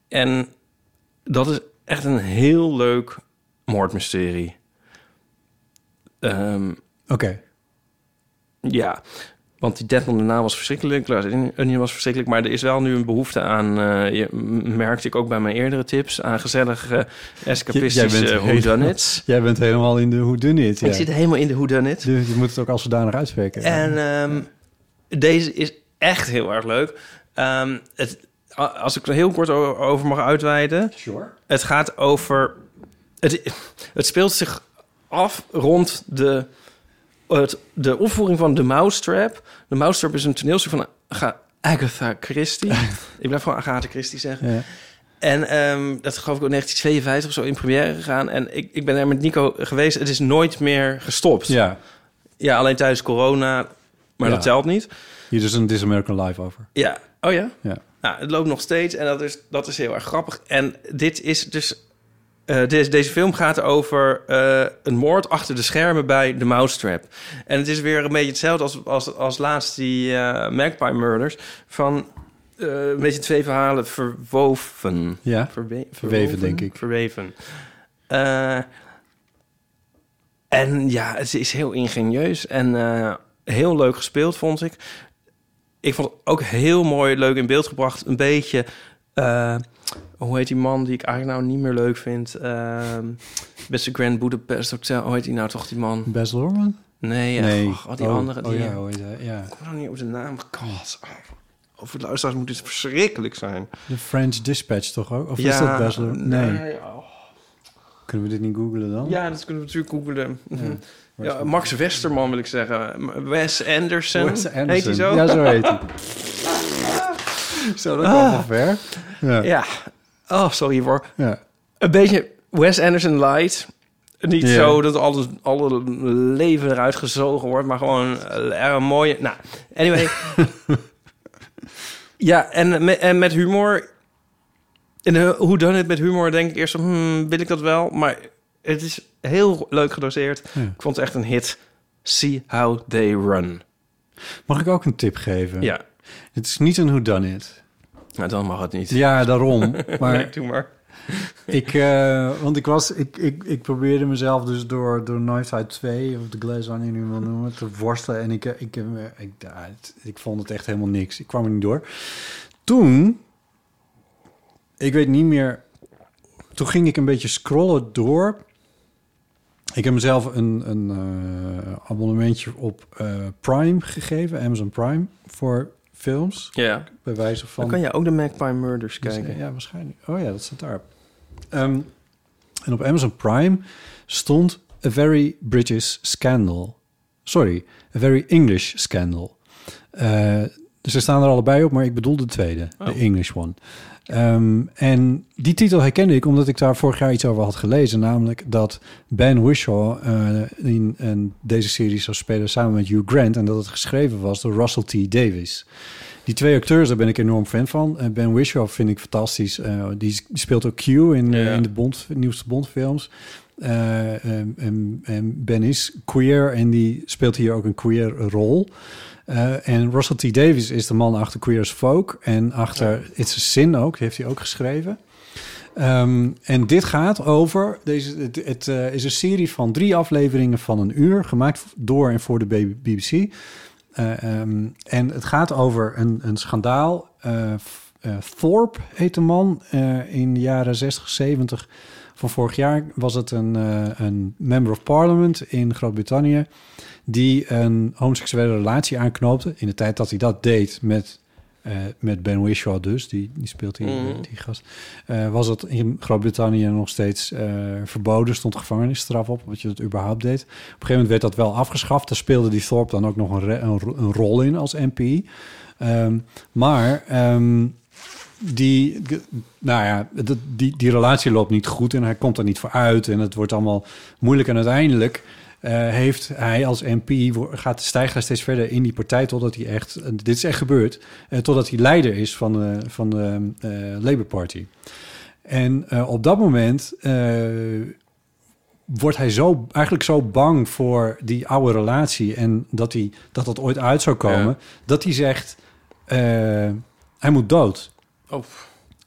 En dat is echt een heel leuk moordmysterie. Ehm, Oké. ja, want die Deadman daarna was verschrikkelijk. Glass Onion was verschrikkelijk. Maar er is wel nu een behoefte aan... eh, je, m- merkte ik ook bij mijn eerdere tips... aan gezellige eh, J- jij escapistische bent whodunits. Jij bent helemaal in de hoe dun it. Ja. Ik zit helemaal in de whodunit. Je, je moet het ook als zodanig uitspreken. En ehm, deze is echt heel erg leuk. Ehm, het, a- als ik er heel kort o- over mag uitweiden. Sure. Het gaat over... Het, het speelt zich af rond de, het, de opvoering van The Mousetrap. The Mousetrap is een toneelstuk van Aga- Agatha Christie. ik blijf gewoon Agatha Christie zeggen. Ja. En ehm, dat is, geloof ik ook 1952 of zo in première gegaan. En ik, ik ben er met Nico geweest. Het is nooit meer gestopt. ja. Ja, alleen tijdens corona. Maar Ja. dat telt niet. Hier is een This American Life over. Ja. Oh ja? Ja. Nou, het loopt nog steeds en dat is, dat is heel erg grappig. En dit is dus... eh, deze, deze film gaat over eh, een moord achter de schermen bij de Mousetrap. En het is weer een beetje hetzelfde als, als, als laatst die eh Magpie Murders. Van eh, een beetje twee verhalen verwoven. Ja. Verwe- Verweven, denk ik. Verweven. Eh, en ja, het is heel ingenieus en eh, heel leuk gespeeld, vond ik. Ik vond het ook heel mooi, leuk in beeld gebracht. Een beetje, eh, hoe heet die man die ik eigenlijk nou niet meer leuk vind? Ehm Beste Grand Budapest Hotel, hoe heet die nou toch, die man? Baz Luhrmann? Nee, ach, oh, die Oh, andere. Die, Oh ja, hoe heet hij? ja. Ik kom nou niet op de naam. God, oh, voor de luisteraars moet dit verschrikkelijk zijn. De French Dispatch toch ook? Of is dat Baz Luhrmann? Nee. oh. Kunnen we dit niet googlen dan? Ja, dat kunnen we natuurlijk googelen. Mhm. Waar Ja, is dat? Max Westerman wil ik zeggen. Wes Anderson. Wes Anderson. Heet hij zo? Ah, Ja, zo heet hij. zo, dat kwam wel ver. Ja. Ja. Ja. Oh, sorry hiervoor. Een beetje Wes Anderson light. Niet Ja. zo dat alles, alle leven eruit gezogen wordt, maar gewoon eh, een mooie... Nou, anyway. ja, en, me- en met humor... En eh, hoe dan het met humor? Denk ik eerst van, hmm, wil ik dat wel? Maar het is heel leuk gedoseerd. Ja. Ik vond het echt een hit. See how they run. Mag ik ook een tip geven? Ja, Het is niet een whodunit. nou dan mag het niet. Ja, daarom. Maar Nee, doe maar. ik, eh, want ik was, ik, ik, ik probeerde mezelf dus door, door Knives Out 2 of de Glass Onion, nu wil noemen, te worstelen. En ik, eh, ik, eh, ik, ja, het- ik vond het echt helemaal niks. Ik kwam er niet door. Toen, ik weet niet meer, toen ging ik een beetje scrollen door. Ik heb mezelf een, een eh, abonnementje op eh, Prime gegeven, Amazon Prime, voor films. Ja. Bij wijze van. Dus, Dan kan je ook de Magpie Murders kijken. Ja, waarschijnlijk. Oh ja, dat staat daar. Ehm, en op Amazon Prime stond A Very British Scandal. Sorry, A Very English Scandal. Eh, dus ze staan er allebei op, maar ik bedoel de tweede, de English one. Ehm, en die titel herkende ik omdat ik daar vorig jaar iets over had gelezen. Namelijk dat Ben Whishaw eh, in, in deze serie zou spelen samen met Hugh Grant. En dat het geschreven was door Russell T. Davis. Die twee acteurs, daar ben ik enorm fan van. Eh, ben Whishaw vind ik fantastisch. Eh, die, s- die speelt ook Q in, eh, Ja. in de Bond, nieuwste Bondfilms. Eh, en- en- en ben is queer en die speelt hier ook een queer rol. Eh, en Russell T. Davis is de man achter Queer as Folk en achter It's a Sin ook, heeft hij ook geschreven. Ehm, en dit gaat over, deze, het, het eh, is een serie van drie afleveringen van een uur, gemaakt door en voor de BBC. Eh, ehm, en het gaat over een, een schandaal. Eh, F- eh, Thorpe heet de man. Eh, in de jaren 60, 70 van vorig jaar was het een, eh, een member of parliament in Groot-Brittannië... die een homoseksuele relatie aanknoopte. In de tijd dat hij dat deed met, eh, met Ben Whishaw dus, die, die speelt die, Mhm. eh, die gast... eh, was het in Groot-Brittannië nog steeds eh, verboden. stond gevangenisstraf op, omdat je dat überhaupt deed. Op een gegeven moment werd dat wel afgeschaft. Daar speelde die Thorpe dan ook nog een, re- een, ro- een rol in als MP. Ehm, maar ehm, die, g- nou ja, dat- die, die relatie loopt niet goed en hij komt er niet voor uit. En het wordt allemaal moeilijk. En uiteindelijk eh, heeft hij als MP, wo- gaat stijgt hij steeds verder in die partij totdat hij echt, en dit is echt gebeurd, eh, totdat hij leider is van de, van de eh, Labour Party. En eh, op dat moment eh, wordt hij zo, eigenlijk zo bang voor die oude relatie en dat, hij, dat dat ooit uit zou komen, Ja. dat hij zegt: eh, hij moet dood. Oh,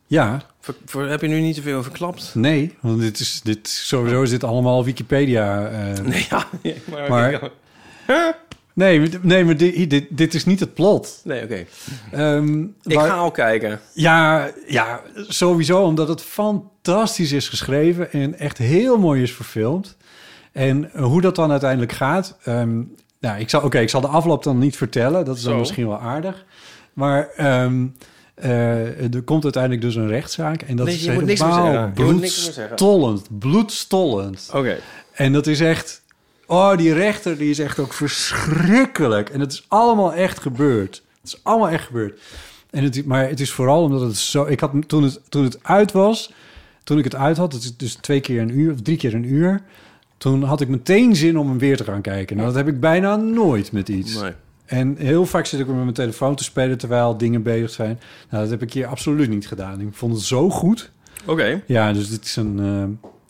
Ja, ver- ver- heb je nu niet te veel verklapt? nee, want dit is, dit, sowieso is dit allemaal Wikipedia. eh. Nee, ja. maar, Maar- nee, nee, maar dit, dit, dit is niet het plot. Nee, oké. Ehm, Ik waar- ga al kijken. Ja, ja, sowieso, omdat het fantastisch is geschreven en echt heel mooi is verfilmd. En hoe dat dan uiteindelijk gaat, ehm, nou, ik zal, oké, ik zal de afloop dan niet vertellen, dat is dan Zo. misschien wel aardig. Maar ehm, eh, er komt uiteindelijk dus een rechtszaak en dat Nee, is je moet niks meer helemaal zeggen. Je moet niks meer zeggen. bloedstollend, bloedstollend. Oké. En dat is echt... Oh, die rechter die is echt ook verschrikkelijk. En het is allemaal echt gebeurd. Het is allemaal echt gebeurd. En het, maar het is vooral omdat het zo... Ik had, toen, het, toen het uit was... Toen ik het uit had, het is dus twee keer een uur... of drie keer een uur... toen had ik meteen zin om hem weer te gaan kijken. Nou, dat heb ik bijna nooit met iets. Nee. En heel vaak zit ik met mijn telefoon te spelen... terwijl dingen bezig zijn. Nou, dat heb ik hier absoluut niet gedaan. Ik vond het zo goed. Oké. Ja, dus dit is een, eh,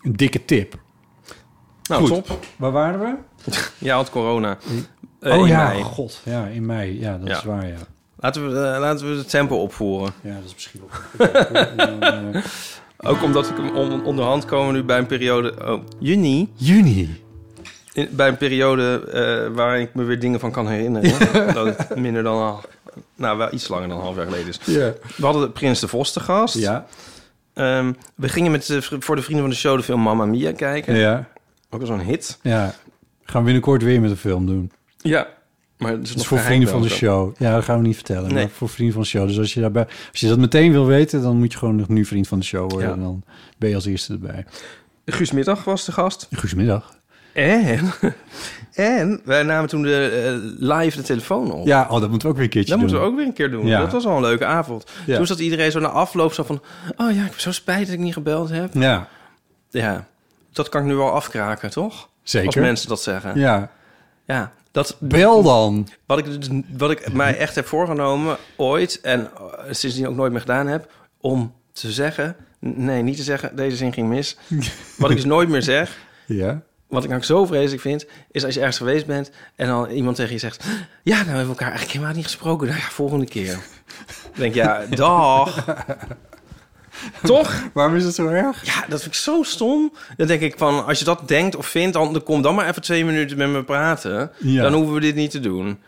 een dikke tip. Nou, Goed. top. Waar waren we? Jij had corona. Eh, oh in ja, mei. god. Ja, in mei. Ja, dat Ja. is waar, ja. Laten we, eh, laten we het tempo opvoeren. Ja, dat is misschien wel... eh, Ook omdat ik hem on- onderhand komen nu bij een periode... Oh, juni. Juni. In- bij een periode eh, waar ik me weer dingen van kan herinneren. dat het minder dan... al- Nou, wel iets langer dan een half jaar geleden is. Ja. We hadden Prins de Vos te gast. Ja. Ehm, we gingen met, de vri- voor de vrienden van de show de film Mamma Mia kijken. Ja. Ook al zo'n hit. Ja. Gaan we binnenkort weer met een film doen. Ja. Maar het is, Dat is nog voor geheim vrienden van de wel zo. show. Ja, dat gaan we niet vertellen. Nee. Maar voor vrienden van de show. Dus als je, daarbij, als je dat meteen wil weten, dan moet je gewoon nog nu vriend van de show worden. Ja. En dan ben je als eerste erbij. Guus Middag was de gast. Goedemiddag. En, en wij namen toen de, eh, live de telefoon op. Ja, oh, dat moeten we ook weer een keertje Dat doen. moeten we ook weer een keer doen. Ja. Dat was al een leuke avond. Ja. Toen zat iedereen zo na afloop zo van... Oh ja, ik heb zo spijt dat ik niet gebeld heb. Ja, Ja, dat kan ik nu wel afkraken, toch? Als zeker. mensen dat zeggen. Ja, Ja. dat, Bel dan. wat, ik, dus- wat ik mij echt heb voorgenomen ooit... en eh, sindsdien ook nooit meer gedaan heb... om te zeggen... Nee, niet te zeggen, deze zin ging mis. Wat ik dus nooit meer zeg... Ja. Wat ik nou zo vreselijk vind, is als je ergens geweest bent en dan iemand tegen je zegt: Ja, nou hebben we elkaar eigenlijk helemaal niet gesproken. Nou ja, volgende keer. Dan denk ik, ja, dag. Toch? Waarom is het zo erg? Ja, dat vind ik zo stom. Dan denk ik van, als je dat denkt of vindt, dan dan kom dan maar even twee minuten met me praten. Ja. Dan hoeven we dit niet te doen.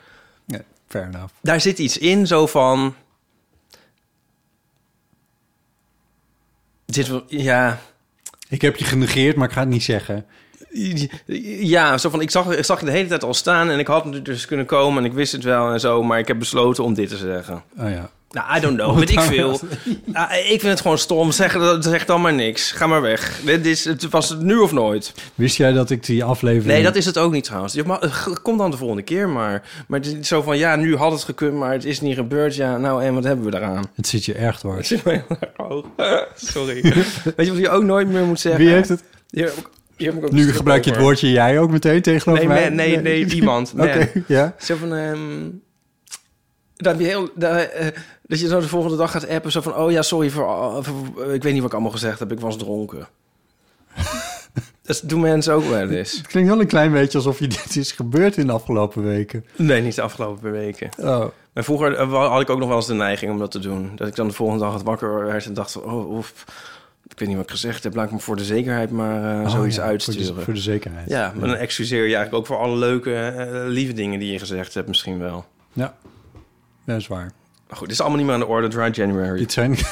Ja, fair enough. Daar zit iets in zo van... Dit, wil- ja, Ik heb je genegeerd, maar ik ga het niet zeggen. Ja, zo van, ik, zag, ik zag je de hele tijd al staan en ik had natuurlijk dus kunnen komen en ik wist het wel en zo, maar ik heb besloten om dit te zeggen. Oh ja. Nou, I don't know, weet ik veel. Ah, ik vind het gewoon stom, zeg, zeg dan maar niks. Ga maar weg. Dit is, het was het nu of nooit. Wist jij dat ik die aflevering... Nee, dat is het ook niet trouwens. Je mag, eh, kom dan de volgende keer maar. Maar het is niet zo van, ja, nu had het gekund, maar het is niet gebeurd. Ja, nou en wat hebben we daaraan? Het zit je erg dwars. Het zit me heel erg hoog. Sorry. Weet je wat je ook nooit meer moet zeggen? Wie heeft het? Hier, hier heb ik ook een Nu stuk gebruik je het over. woordje jij ook meteen tegenover Nee, mij. man, nee, nee, iemand. Man. Oké, ja. Zo van... ehm, dat, je heel, dat, eh, dat je zo de volgende dag gaat appen. Zo van, oh ja, sorry voor... al- voor- eh, ik weet niet wat ik allemaal gezegd heb. Ik was dronken. dat doen mensen ook wel eens. Het klinkt wel een klein beetje alsof je dit is gebeurd in de afgelopen weken. Nee, niet de afgelopen paar weken. Oh. Maar vroeger eh, wa- had ik ook nog wel eens de neiging om dat te doen. Dat ik dan de volgende dag het wakker werd en dacht van... Oh, oef, ik weet niet wat ik gezegd heb. Laat ik me voor de zekerheid maar eh, zoiets Oh, ja, Voor de, uitsturen. voor de zekerheid. Ja, maar dan excuseer je eigenlijk ook voor alle leuke, eh, lieve dingen die je gezegd hebt misschien wel. Ja, dat is waar. Maar goed, dit is allemaal niet meer aan de orde, Dry January. Dit zijn... het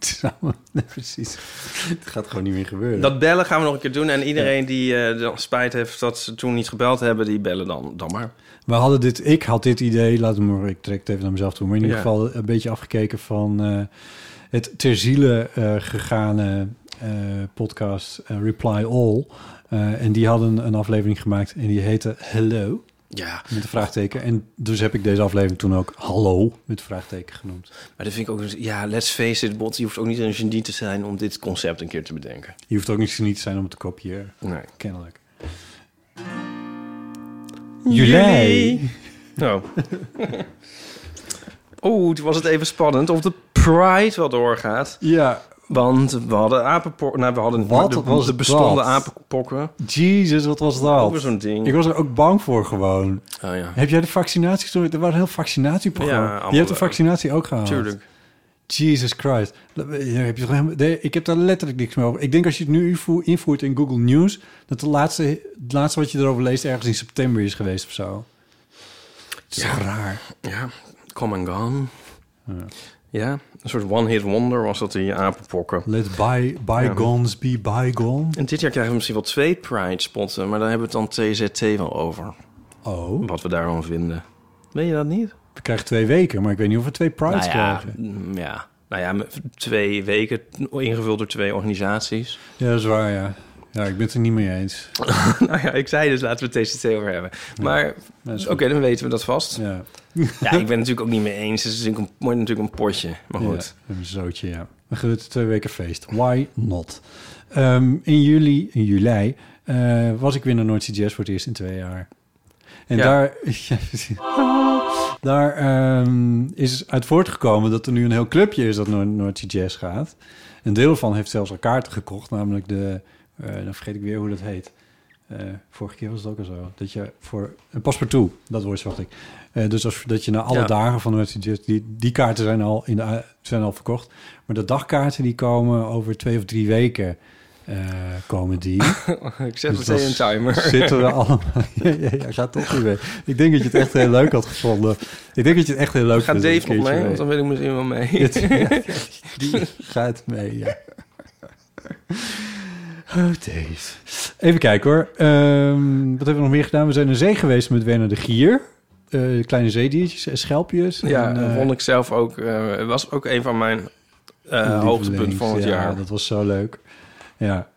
is allemaal- nee, precies. Het gaat gewoon niet meer gebeuren. Dat bellen gaan we nog een keer doen. En iedereen die eh, dan spijt heeft dat ze toen niet gebeld hebben, die bellen dan, dan maar. We hadden dit, ik had dit idee, laat me maar, ik trek het even naar mezelf toe, maar in ieder Ja. geval een beetje afgekeken van eh, het ter ziele eh, gegane eh, podcast eh, Reply All. Eh, en die hadden een aflevering gemaakt en die heette Hello Ja, met een vraagteken. En dus heb ik deze aflevering toen ook Hallo met een vraagteken genoemd. maar dat vind ik ook... Ja, let's face it, Bot, je hoeft ook niet een genie te zijn om dit concept een keer te bedenken. Je hoeft ook niet geniet te zijn om het te kopiëren, Nee. kennelijk. Juli. Oh. Oeh, toen was het even spannend of de Pride wel doorgaat. Ja, Want we hadden apenpokken... Nou, we hadden Wat de, was de bestelde dat? apenpokken. Jesus, wat was Ook weer dat? zo'n ding. Ik was er ook bang voor gewoon. Oh ja. Heb jij de vaccinaties toen? Er waren een heel vaccinatieprogramma. Ja, allemaal je hebt de wel. vaccinatie ook gehaald. Tuurlijk. Jesus Christ. eh, Ja, heb je toch helemaal- nee, Ik heb daar letterlijk niks meer over. Ik denk als je het nu invo- invoert in Google News... dat de laatste, het laatste wat je erover leest ergens in september is geweest of zo. Het is toch raar. Ja, come and gone. Ja, een soort one-hit wonder was dat die apenpokken. Let by, bygones be bygone. En dit jaar krijgen we misschien wel twee Pride-spotten, maar daar hebben we het dan TZT wel over. Oh, Wat we daarvan vinden. Weet je dat niet? we krijgen twee weken, maar ik weet niet of we twee prides Nou ja, krijgen. mm, ja. Nou ja, met twee weken ingevuld door twee organisaties. Ja, dat is waar, ja. Ja, ik ben het er niet mee eens. nou ja, ik zei dus laten we het TCT over hebben. Maar dat is oké, dan weten we dat vast. Ja. Ja. ik ben het natuurlijk ook niet mee eens. Het is natuurlijk een, wordt natuurlijk een potje. Maar goed. Ja, een zootje, ja. We gaan het twee weken feest. Why not? Ehm, in juli, in juli, eh, was ik weer naar Noordse Jazz voor het eerst in twee jaar. En Ja. daar, ja, precies. daar ehm, is uit voortgekomen dat er nu een heel clubje is dat naar Noordse Jazz gaat. Een deel van heeft zelfs al kaarten gekocht, namelijk de, eh, dan vergeet ik weer hoe dat heet. Eh, vorige keer was het ook al zo. Dat je voor een paspartout, dat woord zocht ik. Eh, dus als, dat je na alle Ja. dagen van de Noordse Jazz, die, die kaarten zijn al, in de, eh, zijn al verkocht. Maar de dagkaarten die komen over twee of drie weken eh, komen die. ik zet Dus meteen een dat timer. Zitten we allemaal. ja, ja, ja, gaat toch weer weg. Ik denk dat je het echt heel leuk had gevonden. Ik denk dat je het echt heel leuk Gaat vindt om een Dave nog keertje mee? Want dan wil ik misschien wel mee. Dit- ja, die gaat mee, ja. Oh, Dave. Even kijken hoor. Ehm, wat hebben we nog meer gedaan? We zijn naar zee geweest met Werner de Gier. Eh, de kleine zeediertjes en schelpjes. Ja, en, dat eh, vond ik zelf ook. eh was ook een van mijn eh Lievelings, hoogtepunten van het ja, jaar. dat was zo leuk. Ja.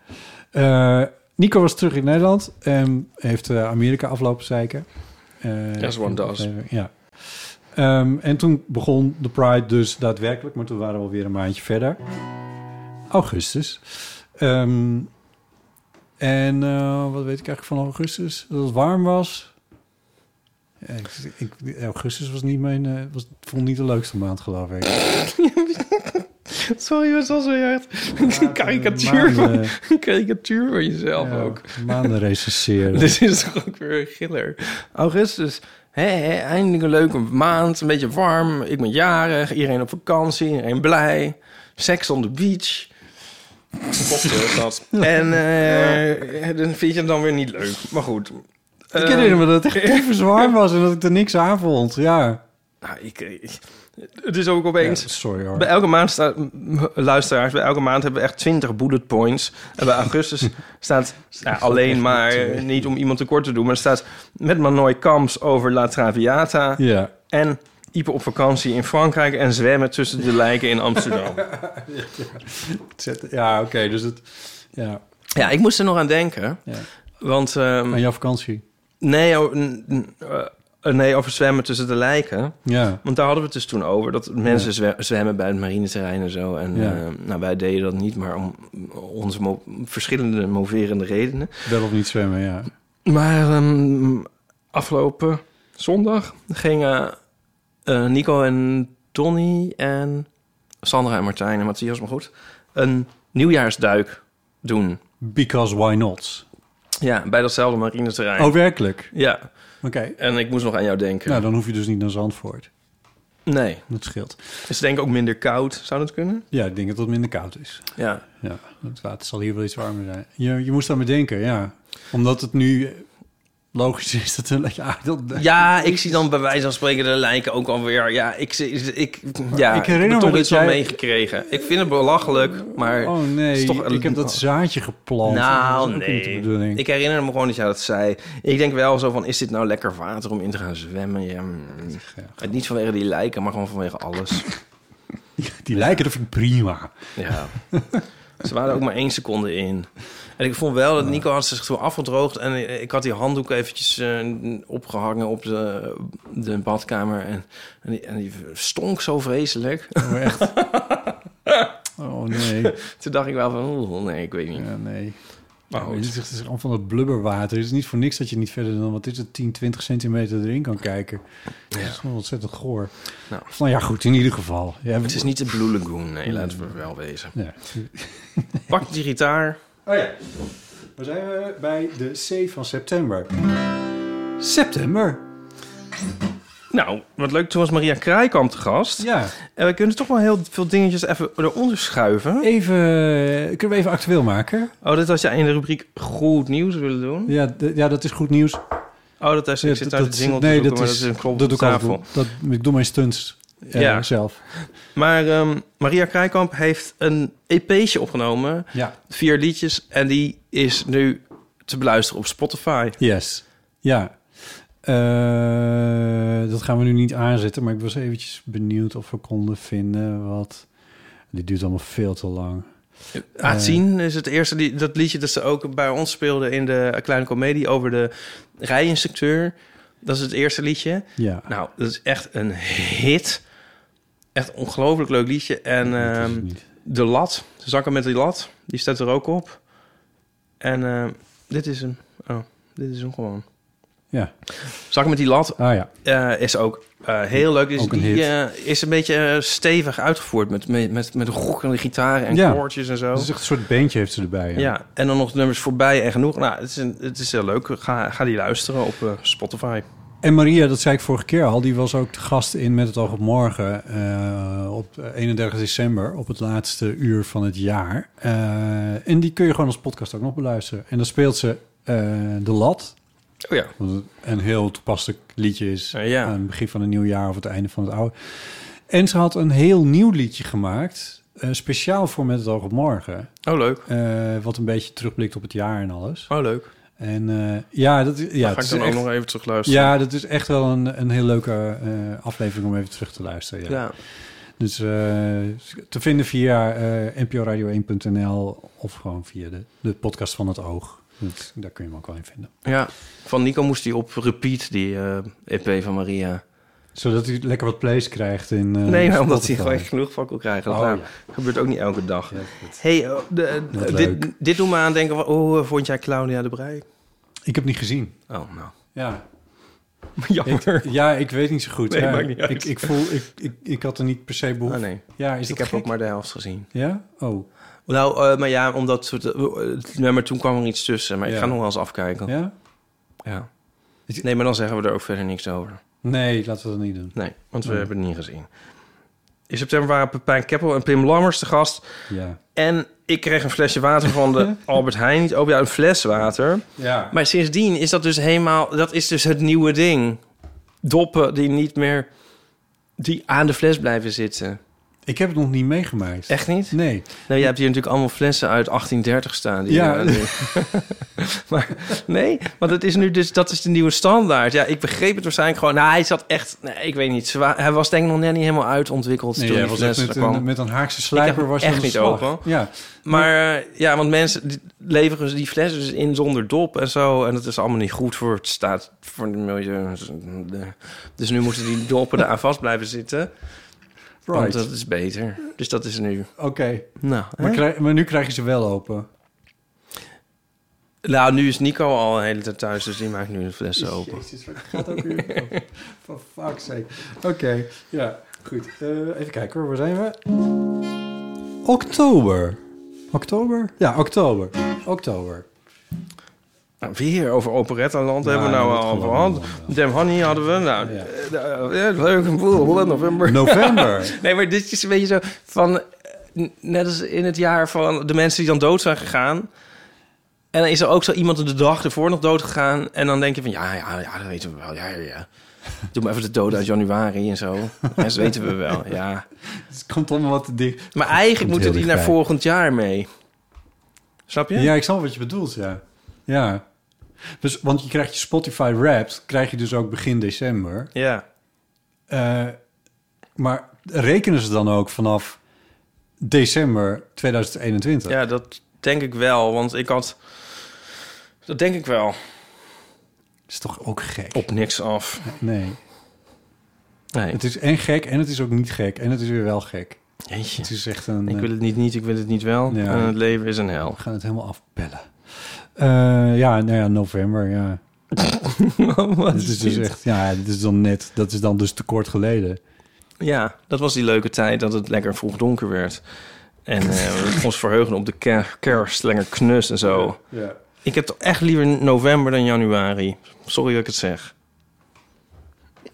Eh, Nico was terug in Nederland. en heeft eh, Amerika aflopen zeiken. Eh, As one does. Ja. Ehm, en toen begon de Pride dus daadwerkelijk. Maar toen waren we alweer een maandje verder. Augustus. Ehm, en eh, wat weet ik eigenlijk van augustus? Dat het warm was. Ja, ik, ik- augustus was niet mijn... eh, was, vond niet de leukste maand, geloof ik. Sorry, het was weer echt een karikatuur, van, Maanden- een karikatuur van jezelf eh, Ja, ook. Dus, Maanden recenseren. Dit is toch ook weer een giller. Augustus, hè, hè, eindelijk een leuke maand, een beetje warm. Ik ben jarig, iedereen op vakantie, iedereen blij. Seks on the beach. Cocktail is dat. En eh, dan vind je het dan weer niet leuk. Maar goed. ik herinner Ehm, me dat het echt even warm was en dat ik er niks aan vond. Ja. Nou, ik, ik- het is ook opeens... Ja, sorry hoor. Bij elke maand staat, m- luisteraars, bij elke maand hebben we echt 20 bullet points. En bij augustus staat ja, alleen maar, eh, niet om iemand tekort te doen, maar staat met Manoy Kamps over La Traviata. Ja. En Ipe op vakantie in Frankrijk en zwemmen tussen de lijken in Amsterdam. Het zet- Ja, oké. dus het... Ja. Ja, ik moest er nog aan denken. ja. Want ehm, Aan jouw vakantie. nee, oh, n- n- eh, nee, over zwemmen tussen de lijken. Ja. Want daar hadden we het dus toen over. Dat mensen zwe- zwemmen bij het marineterrein en zo. En Ja. eh, nou, wij deden dat niet, maar om onze mo- verschillende moverende redenen. Wel of niet zwemmen, ja. Maar ehm, afgelopen zondag gingen eh, Nico en Tony en Sandra en Martijn en Matthias, maar goed, een nieuwjaarsduik doen. Because why not? Ja, bij datzelfde marineterrein. Oh, werkelijk? Ja, Oké. en ik moest nog aan jou denken. Nou, dan hoef je dus niet naar Zandvoort. Nee, Dat scheelt. is denk ik ook minder koud. Zou dat kunnen? Ja, ik denk dat het minder koud is. Ja. Ja, het water zal hier wel iets warmer zijn. Je, je moest aan me denken, ja. Omdat het nu eh, logisch is dat een ja, dat, Ja, ik zie dan bij wijze van spreken de lijken ook alweer. Ja, ik, zie- ik, ja, ik herinner ik heb me er dat toch iets van jij- meegekregen. Ik vind het belachelijk, maar... Oh nee, het is toch- ik heb dat zaadje geplant. Dat Nou, was ook niet de nee. bedoeling. Ik herinner me gewoon dat jij dat zei. Ik denk wel zo van, is dit nou lekker water om in te gaan zwemmen? Ja, mm. Het Niet vanwege die lijken, maar gewoon vanwege alles. Die lijken, dat vind ik prima. Ja. Ze waren er ook maar één seconde in. En ik vond wel dat Nico had zich toen afgedroogd... en ik had die handdoek eventjes eh, opgehangen op de, de badkamer. En, en, die, en die stonk zo vreselijk. Oh, echt. Oh nee, toen dacht ik wel van, oeh, nee, ik weet niet. ja, nee. Maar Ja, goed. dit is echt- dit is allemaal van dat blubberwater. Het is niet voor niks dat je niet verder dan, wat is het, 10, 20 centimeter erin kan kijken. Dat is gewoon ontzettend goor. Nou. Nou. ja, goed, in ieder geval. Ja, Het is niet de Blue Lagoon, nee, laten we wel wezen. Ja. Pak die gitaar. Oh ja, we zijn we bij de C van september. September? Nou, wat leuk, toen was Maria Kraaikamp te gast. Ja. En we kunnen toch wel heel veel dingetjes even eronder schuiven. Even, eh, kunnen we even actueel maken? Oh, dit had jij in de rubriek goed nieuws willen doen. Ja, d- ja dat is goed nieuws. Oh, dat is, ik Ja, zit d- daar de is- jingle te zoeken, maar dat is een klop dat op doe ik altijd. tafel. Dat, ik doe mijn stunts eh, Ja. zelf. Maar ehm, Maria Kraaikamp heeft een EP'tje opgenomen. Ja. Vier liedjes. En die is nu te beluisteren op Spotify. Yes. Ja. Eh, dat gaan we nu niet aanzetten, maar ik was eventjes benieuwd of we konden vinden wat... Dit duurt allemaal veel te lang. Eh. Aatzien is het eerste li- dat liedje dat ze ook bij ons speelde in de Kleine Comedie over de rijinstructeur. Dat is het eerste liedje. Ja. Nou, dat is echt een hit. Echt een ongelooflijk leuk liedje. En dat is ehm, het niet. de lat, de zakken met die lat, die staat er ook op. En ehm, dit is hem. Oh, dit is hem gewoon. Ja. Zakken met die lat Ah ja. eh, is ook eh, heel leuk. Is, Ook een die hit. eh, is een beetje eh, stevig uitgevoerd met, met, met, met rokkende gitaren en Ja. koortjes en zo. Het is echt een soort beentje heeft ze erbij. ja. en dan nog nummers voorbij en genoeg. Nou, het is, een, het is heel leuk. Ga, ga die luisteren op eh, Spotify. En Maria, dat zei ik vorige keer al, die was ook te gast in Met het Oog op Morgen eh, op 31 december, op het laatste uur van het jaar. Eh, en die kun je gewoon als podcast ook nog beluisteren. En dan speelt ze eh, De Lat, Oh ja. wat een heel toepasselijk liedje is Eh, ja. aan het begin van een nieuw jaar of het einde van het oude. En ze had een heel nieuw liedje gemaakt, eh, speciaal voor Met het Oog op Morgen, Oh, leuk. eh, wat een beetje terugblikt op het jaar en alles. Oh, leuk. En eh, ja, dat, is- ja, ga het ik is dan echt- ook nog even terug luisteren. ja, dat is echt wel een, een heel leuke eh, aflevering om even terug te luisteren. Ja. ja. Dus eh, te vinden via eh nporadio1.nl of gewoon via de, de podcast van het oog. Dat- daar kun je hem ook wel in vinden. Ja, van Nico moest hij op repeat, die eh, EP van Maria. Zodat u lekker wat plays krijgt in eh, nee, maar omdat hij Spotify. gewoon genoeg van kon krijgen. Dat Oh, nou, gebeurt ook niet elke dag. Ja, goed. hey, eh, de- eh, Wat dit, leuk. dit doet me aan denken, van, oh, eh, vond jij Claudia de Brij? Ik heb niet gezien. Oh, nou. Ja, Jammer. ik, ja, ik weet niet zo goed. Nee, ja, maakt niet uit. Ik, ik, voel, ik, ik, ik had er niet per se behoefte. Ah, nee. Ja, is Ik dat heb gek? ook maar de helft gezien. Ja? Oh, Nou, eh, maar ja, omdat... we de- we- eh, nee, maar toen kwam er iets tussen. Maar ik Ja. ga nog wel eens afkijken. Ja. ja? Nee, maar dan zeggen we er ook verder niks over. Nee, laten we dat niet doen. Nee, want we Nee. hebben het niet gezien. In september waren Pepijn Keppel en Pim Lammers te gast. Ja. En ik kreeg een flesje water van de Albert Heijn. Niet open, ja, een fles water. Ja. Maar sindsdien is dat dus helemaal... Dat is dus het nieuwe ding. Doppen die niet meer Die aan de fles blijven zitten. Ik heb het nog niet meegemaakt. Echt niet? Nee. Nou, jij hebt hier natuurlijk allemaal flessen uit 1830 staan. Die Ja. ja. maar nee, want het is nu dus, dat is de nieuwe standaard. Ja, ik begreep het waarschijnlijk gewoon. Nou, hij zat echt, nee, ik weet niet, zwaar. Hij was denk ik nog net niet helemaal uitontwikkeld Nee, toen jij die was fles echt er met, kwam. een, met een Haagse slijper hem was je echt aan de niet slag. open. Ja. Maar eh, ja, want mensen die leveren dus die flessen dus in zonder dop en zo. En dat is allemaal niet goed voor het staat voor de milieu. Dus nu moeten die doppen eraan vast blijven zitten. Want Right. dat is beter. Dus dat is nu. Oké. Nou, Maar, hè? krijg- maar nu krijg je ze wel open. nou, nu is Nico al een hele tijd thuis, dus die maakt nu de flessen open. Jezus, wat gaat ook weer? For fuck's sake. Oké, ja, goed. Eh, even kijken hoor, waar zijn we? Oktober. Oktober? Ja, oktober. Oktober. Nou, weer over operettaland hebben we Nou, nou dat al gewoon gehad. Dem Honey hadden we. Nou, Ja. eh, eh, leuk. Boel, november. November. Nee, maar dit is een beetje zo van... eh, Net als in het jaar van de mensen die dan dood zijn gegaan. En dan is er ook zo iemand de dag ervoor nog dood gegaan. En dan denk je van, ja, ja, ja, dat weten we wel. Ja, ja, ja. Doe maar even de dood uit januari en zo. En dat weten we wel, ja. Het komt allemaal wat te dicht. Maar eigenlijk moeten heel die naar dichtbij. volgend jaar mee. Snap je? Ja, ik snap wat je bedoelt, ja. Ja. Dus, want je krijgt je Spotify Wrapped, krijg je dus ook begin december. Ja. Eh, maar rekenen ze dan ook vanaf december 2021? Ja, dat denk ik wel. Want ik had... Dat denk ik wel. is toch ook gek? Op niks af. Nee. Nee. Het is en gek en het is ook niet gek en het is weer wel gek. Jeetje. Het is echt een... Ik wil het niet niet, ik wil het niet wel. Ja. En het leven is een hel. We gaan het helemaal afpellen. Eh, ja, nou ja, november, ja. Wat Dit is dus dit? echt, ja, dit is dan net, dat is dan dus te kort geleden. Ja, dat was die leuke tijd dat het lekker vroeg donker werd. En eh, we ons verheugen op de ker- kerst, lekker knus en zo. Ja. Ik heb toch echt liever november dan januari. Sorry dat ik het zeg.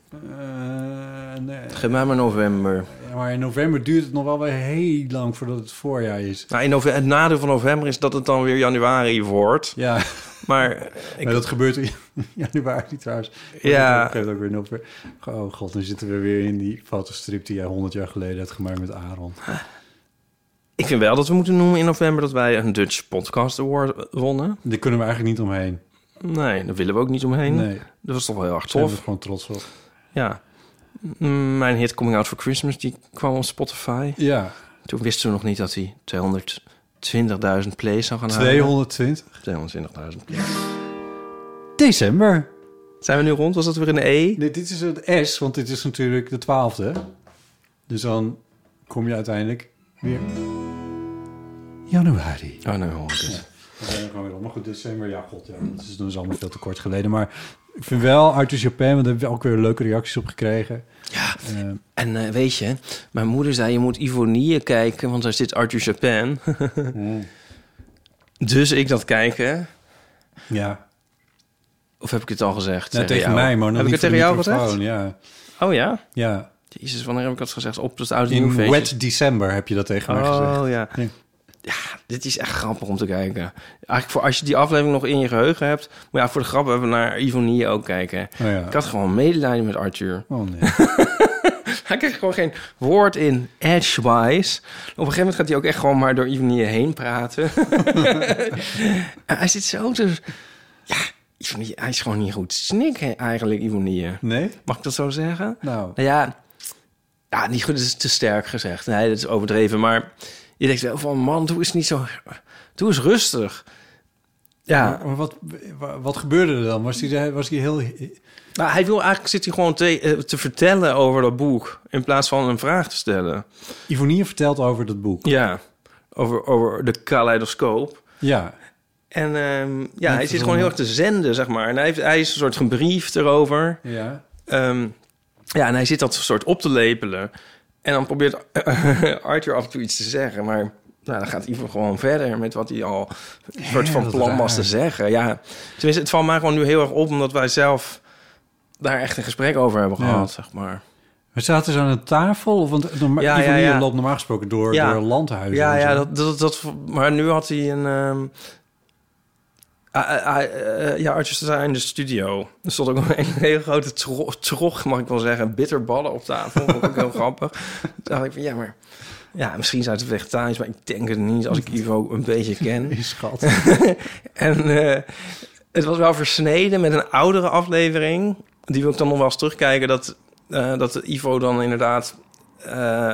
Eh, nee. Geef mij maar november. Ja, Maar in november duurt het nog wel weer heel lang voordat het voorjaar is. Nou, in nove- het nadeel van november is dat het dan weer januari wordt. Ja, Maar eh, ik, maar dat gebeurt in januari trouwens. Ja. Dat geeft ook weer november. Oh god, dan zitten we weer in die fotostrip die jij 100 jaar geleden hebt gemaakt met Aaron. ik vind wel dat we moeten noemen in november dat wij een Dutch Podcast Award wonnen. Daar kunnen we eigenlijk niet omheen. Nee, daar willen we ook niet omheen. Nee, daar Dat was toch wel heel erg zijn tof. we gewoon trots op. Ja. Mm, Mijn hit Coming Out for Christmas, die kwam op Spotify. Ja, Toen wisten we nog niet dat hij 220.000 plays zou gaan halen. 220. 220.000 plays. December. Zijn we nu rond? Was dat weer een E? Nee, dit is het S, want dit is natuurlijk de twaalfde. Dus dan kom je uiteindelijk weer... Januari. Oh, nee, hoor ik het. We zijn er gewoon weer op. Maar goed, december, ja, god, ja, dat is dus allemaal veel te kort geleden. Maar ik vind wel uit de Japan, want daar hebben we ook weer leuke reacties op gekregen. Ja, Eh, en eh, weet je, mijn moeder zei... je moet Ivonie kijken, want daar zit Arthur Chapin. Dus ik dat kijken. ja, Of heb ik het al gezegd? nou, tegen jou? mij, maar nog Heb ik niet het voor tegen de jou microfoon, gezegd? Ja, Oh ja? ja. Jezus, wanneer heb ik dat gezegd? Op het oude In nieuwfeestje. wet december heb je dat tegen mij gezegd. Oh ja. Ja. ja. dit is echt grappig om te kijken. Eigenlijk voor als je die aflevering nog in je geheugen hebt. Maar ja, voor de grap even naar Ivonie ook kijken. Oh ja. Ik had gewoon medelijden met Arthur. Oh nee. Hij kreeg gewoon geen woord in edgewise. Op een gegeven moment gaat hij ook echt gewoon maar door Ivonie heen praten. En hij zit zo te... Ja, Ivonie, hij is gewoon niet goed snikken eigenlijk, Ivonie. Nee? Mag ik dat zo zeggen? Nou, Nou ja, ja niet goed, dat is te sterk gezegd. Nee, dat is overdreven. Maar je denkt wel van, man, doe eens niet zo... Doe eens rustig. Ja, maar, maar wat, wa- wat gebeurde er dan? Was hij was die heel... nou, hij wil eigenlijk zit hij gewoon te, eh, te vertellen over dat boek... in plaats van een vraag te stellen. Ivonie vertelt over dat boek. Ja, over, over de kaleidoscoop. Ja. En ehm, ja, hij zit verzonnen. gewoon heel erg te zenden, zeg maar. En hij, heeft, hij is een soort gebriefd erover... Ja. Ehm, ja, en hij zit dat soort op te lepelen. En dan probeert Arthur af en toe iets te zeggen. Maar nou, dan gaat Ivan gewoon verder met wat hij al een soort van Heel plan was raar. te zeggen. Ja, tenminste, het valt mij gewoon nu heel erg op... omdat wij zelf daar echt een gesprek over hebben Ja. gehad, zeg maar. We zaten ze aan een tafel? Of, want norma- Ja, ja, Ivonie ja. loopt normaal gesproken door, Ja. door landhuizen. Ja, en ja zo. dat, dat, dat, maar nu had hij een... ehm, Ah, ah, ah, eh, ja, artiesten zijn in de studio. Er stond ook een hele grote tro- trog, mag ik wel zeggen, bitterballen op tafel. Vond ik ook heel grappig. Toen dacht ik van, ja, maar... Ja, misschien zijn het vegetarisch, maar ik denk het niet als ik Ivo een beetje ken. Is schat. En eh, het was wel versneden met een oudere aflevering. Die wil ik dan nog wel eens terugkijken. Dat, eh, dat Ivo dan inderdaad... eh,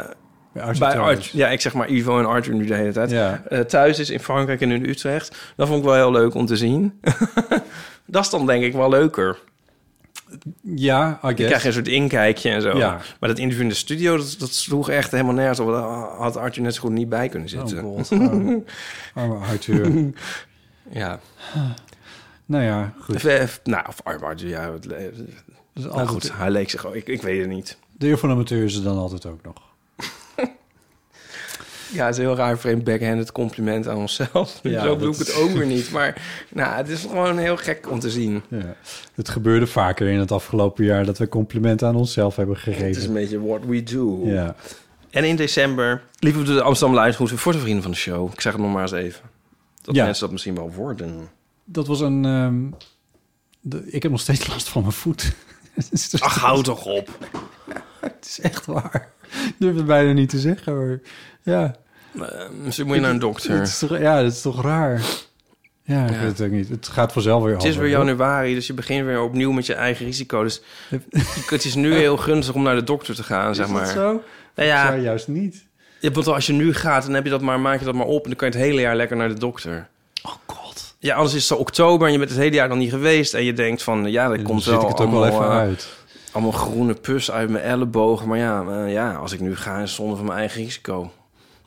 bij Arch, ja, ik zeg maar Ivo en Arthur nu de hele tijd. Ja. Eh, thuis is in Frankrijk en in Utrecht. Dat vond ik wel heel leuk om te zien. dat is dan denk ik wel leuker. Ja, I Je guess. krijgt een soort inkijkje en zo. Ja. Maar dat interview in de studio, dat, dat sloeg echt helemaal nergens op. Daar had Arthur net zo goed niet bij kunnen Oh zitten. god, arme, arme Arthur. ja. nou ja, goed. Of, eh, nou, of arm Arthur, ja. het le- Dus Nou altijd, goed, hij leek zich ook. Ik, ik weet het niet. De eeuw van amateur is er dan altijd ook nog. Ja, het is een heel raar vreemd backhanded compliment aan onszelf. Ja, zo bedoel ik dat- het ook weer niet. Maar nou, het is gewoon heel gek om te zien. Ja. Het gebeurde vaker in het afgelopen jaar dat we complimenten aan onszelf hebben Het is gegeven. een beetje what we do. Ja. En in december liepen we de Amsterdam Live Groep voor de vrienden van de show. Ik zeg het nog maar eens even. Dat Ja. mensen dat misschien wel worden. Dat was een... ehm, de- ik heb nog steeds last van mijn voet. Het is dus- Ach, hou toch op. Het is echt waar. Ik durf het bijna niet te zeggen, maar ja. Eh, misschien moet je naar een dokter. Het is toch, ja, dat is toch raar. Ja, ik Ja. weet het ook niet. Het gaat vanzelf weer Het is weer over. januari, dus je begint weer opnieuw met je eigen risico. Dus het is nu heel gunstig om naar de dokter te gaan, zeg Is dat maar. zo? Nou Ja. ja, juist niet. ja, want als je nu gaat, dan heb je dat maar, maak je dat maar op. En dan kan je het hele jaar lekker naar de dokter. Oh god. Ja, anders is het zo oktober en je bent het hele jaar nog niet geweest. En je denkt van, ja, dat Dan komt zit wel ik het ook wel allemaal, even eh, uit. allemaal groene pus uit mijn ellebogen. Maar ja, eh, ja, als ik nu ga, is het zonde van mijn eigen risico.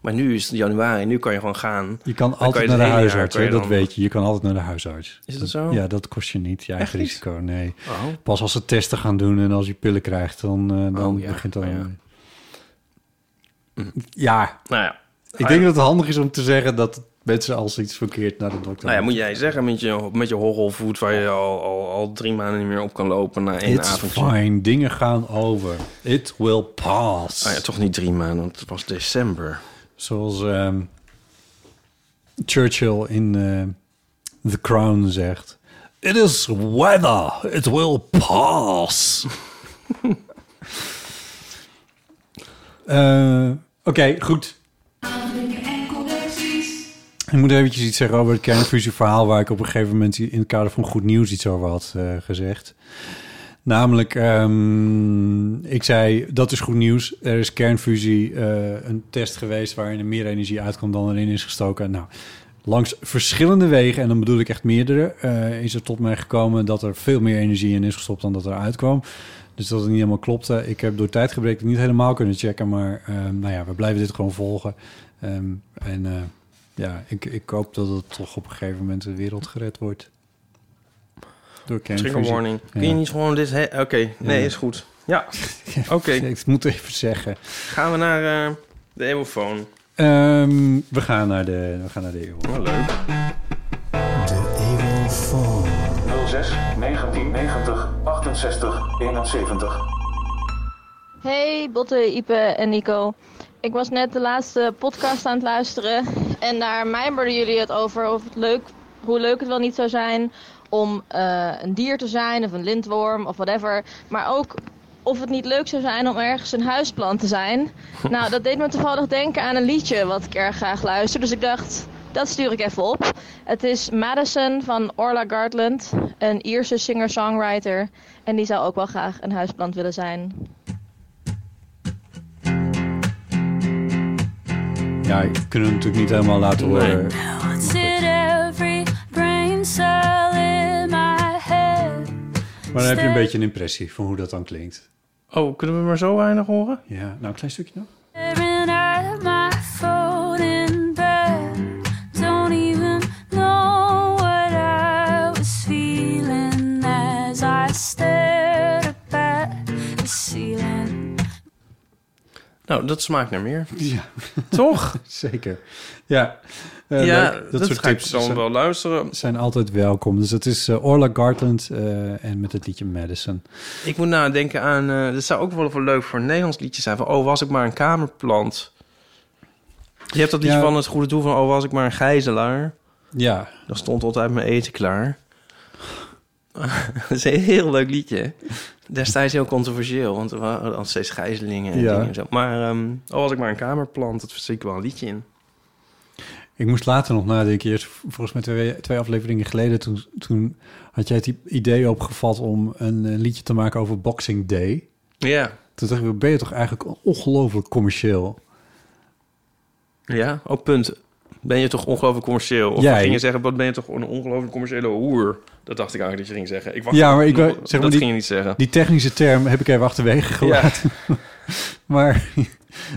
Maar nu is het januari, nu kan je gewoon gaan. Je kan kan altijd je het naar de hele jaar, huisarts, kan je hè, dat dan- weet je. Je kan altijd naar de huisarts. Is dat zo? Ja, dat kost je niet, je eigen niet? risico, nee. Pas als ze testen gaan doen en als je pillen krijgt, dan, eh, dan Oh, ja. begint dat. Oh, ja. ja. Nou ja, ik denk dat het handig is om te zeggen dat mensen als ze iets verkeerd naar de dokter nou ja, moet jij zeggen met je, met je horrelvoet... waar je al, al, al drie maanden niet meer op kan lopen na één It's avond. fine, dingen gaan over. It will pass. Ah ja, toch niet drie maanden, want het was december. Zoals ehm, Churchill in eh, The Crown zegt. It is weather, it will pass. Eh, Oké, goed. Ik moet eventjes iets zeggen over het kernfusieverhaal... waar ik op een gegeven moment in het kader van Goed Nieuws iets over had eh, gezegd. Namelijk, ehm, ik zei, dat is goed nieuws. Er is kernfusie, eh, een test geweest waarin er meer energie uitkomt dan erin is gestoken. Nou, langs verschillende wegen, en dan bedoel ik echt meerdere, eh, is er tot mij gekomen dat er veel meer energie in is gestopt dan dat er uitkwam. Dus dat het niet helemaal klopte. Ik heb door tijdgebrek het niet helemaal kunnen checken, maar ehm, nou ja, we blijven dit gewoon volgen. Ehm, en eh, ja, ik, ik hoop dat het toch op een gegeven moment de wereld gered wordt. Door Trigger kernfusie. warning. Kun Ja. je niet gewoon dit... he- Oké, nee, Ja. is goed. Ja, oké. Ik moet even zeggen. Gaan we naar eh, de emofoon. Ehm, we, gaan naar de, we gaan naar de eeuw. Oh, leuk. 06 1990 68 71. Hey Botte, Ipe en Nico. Ik was net de laatste podcast aan het luisteren. En daar mijmerden jullie het over of het leuk, hoe leuk het wel niet zou zijn om eh, een dier te zijn of een lintworm of whatever. Maar ook of het niet leuk zou zijn om ergens een huisplant te zijn. Nou, dat deed me toevallig denken aan een liedje wat ik erg graag luister. Dus ik dacht, dat stuur ik even op. Het is Madison van Orla Gartland, een Ierse singer-songwriter. En die zou ook wel graag een huisplant willen zijn. Ja, ik kunnen we natuurlijk niet helemaal laten horen. What's it every brain cell in my head? Maar dan heb je een beetje een impressie van hoe dat dan klinkt. Oh, kunnen we maar zo weinig horen? Ja, nou een klein stukje nog. Staring at my phone in bed. Don't even know what I was feeling as I stared up at the ceiling. Nou, dat smaakt naar meer. Ja, Toch? zeker. Ja, eh, ja, leuk. dat, soort ga tips. Ik dan zijn, wel luisteren. zijn altijd welkom. Dus dat is eh, Orla Gartland eh, en met het liedje Madison. Ik moet nadenken aan... eh dit zou ook wel even leuk voor een Nederlands liedje zijn. Van, oh, was ik maar een kamerplant. Je hebt dat liedje Ja. van het goede doel van... Oh, was ik maar een gijzelaar. Ja, Dan stond altijd mijn eten klaar. dat is een heel leuk liedje. Destijds heel controversieel, want er waren al steeds gijzelingen en Ja. dingen en zo. Maar ehm al had ik maar een kamerplant, dat zie ik wel een liedje in. Ik moest later nog nadenken. Eerst, volgens mij twee, twee afleveringen geleden, toen, toen had jij het i- idee opgevat om een, eh, liedje te maken over Boxing Day. Ja, Toen dacht ik, ben je toch eigenlijk ongelooflijk commercieel? ja, ook punt. Ben je toch ongelooflijk commercieel? Of Jij. ging je zeggen, wat ben je toch een ongelooflijk commerciële hoer? Dat dacht ik eigenlijk dat je ging zeggen. Ik wacht Ja, maar ik nog- wou- zeg maar dat die- ging je niet zeggen. Die technische term heb ik even achterwege ja. gelaten. Maar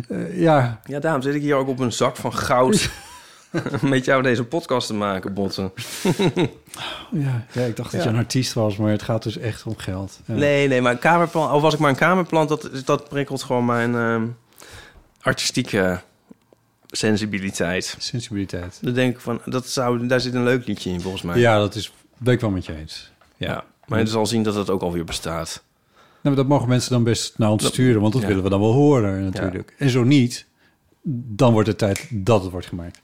eh, ja, ja, daarom zit ik hier ook op een zak van goud met jou deze podcast te maken, Botten. ja, ja, ik dacht dat je een artiest was, maar het gaat dus echt om geld. Ja. Nee, nee, maar een kamerplan, of was ik maar een kamerplant, dat, dat prikkelt gewoon mijn ehm, artistieke sensibiliteit. Sensibiliteit. Dan denk ik van, dat zou, daar zit een leuk liedje in volgens mij. Ja, dat is ben ik wel met je eens. Ja. Maar je zal zien dat dat ook alweer bestaat. Nou, maar dat mogen mensen dan best naar ons Dat- sturen, want dat ja. willen we dan wel horen natuurlijk. En zo niet, dan wordt het tijd dat het wordt gemaakt.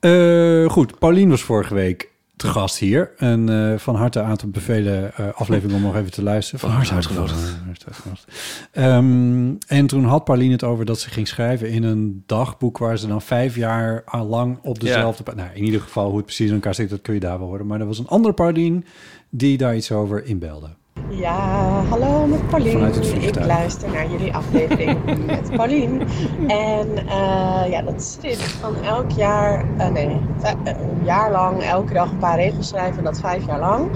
Eh, goed, Paulien was vorige week te gast hier. En eh, van harte aan te bevelen eh, aflevering om nog even te luisteren. Van harte uitgenodigd. Van harte uitgenodigd. Ehm, en toen had Paulien het over dat ze ging schrijven in een dagboek... waar ze dan vijf jaar aan lang op Ja. dezelfde... pa- Nou, in ieder geval hoe het precies in elkaar zit, dat kun je daar wel horen. Maar er was een andere Paulien die daar iets over inbelde. Ja, hallo met Paulien. Vanuit het vliegtuig. Ik luister naar jullie aflevering met Paulien. En eh, ja, dat is dit. Van elk jaar, eh, nee, vij- eh, een jaar lang, elke dag een paar regels schrijven. en Dat vijf jaar lang.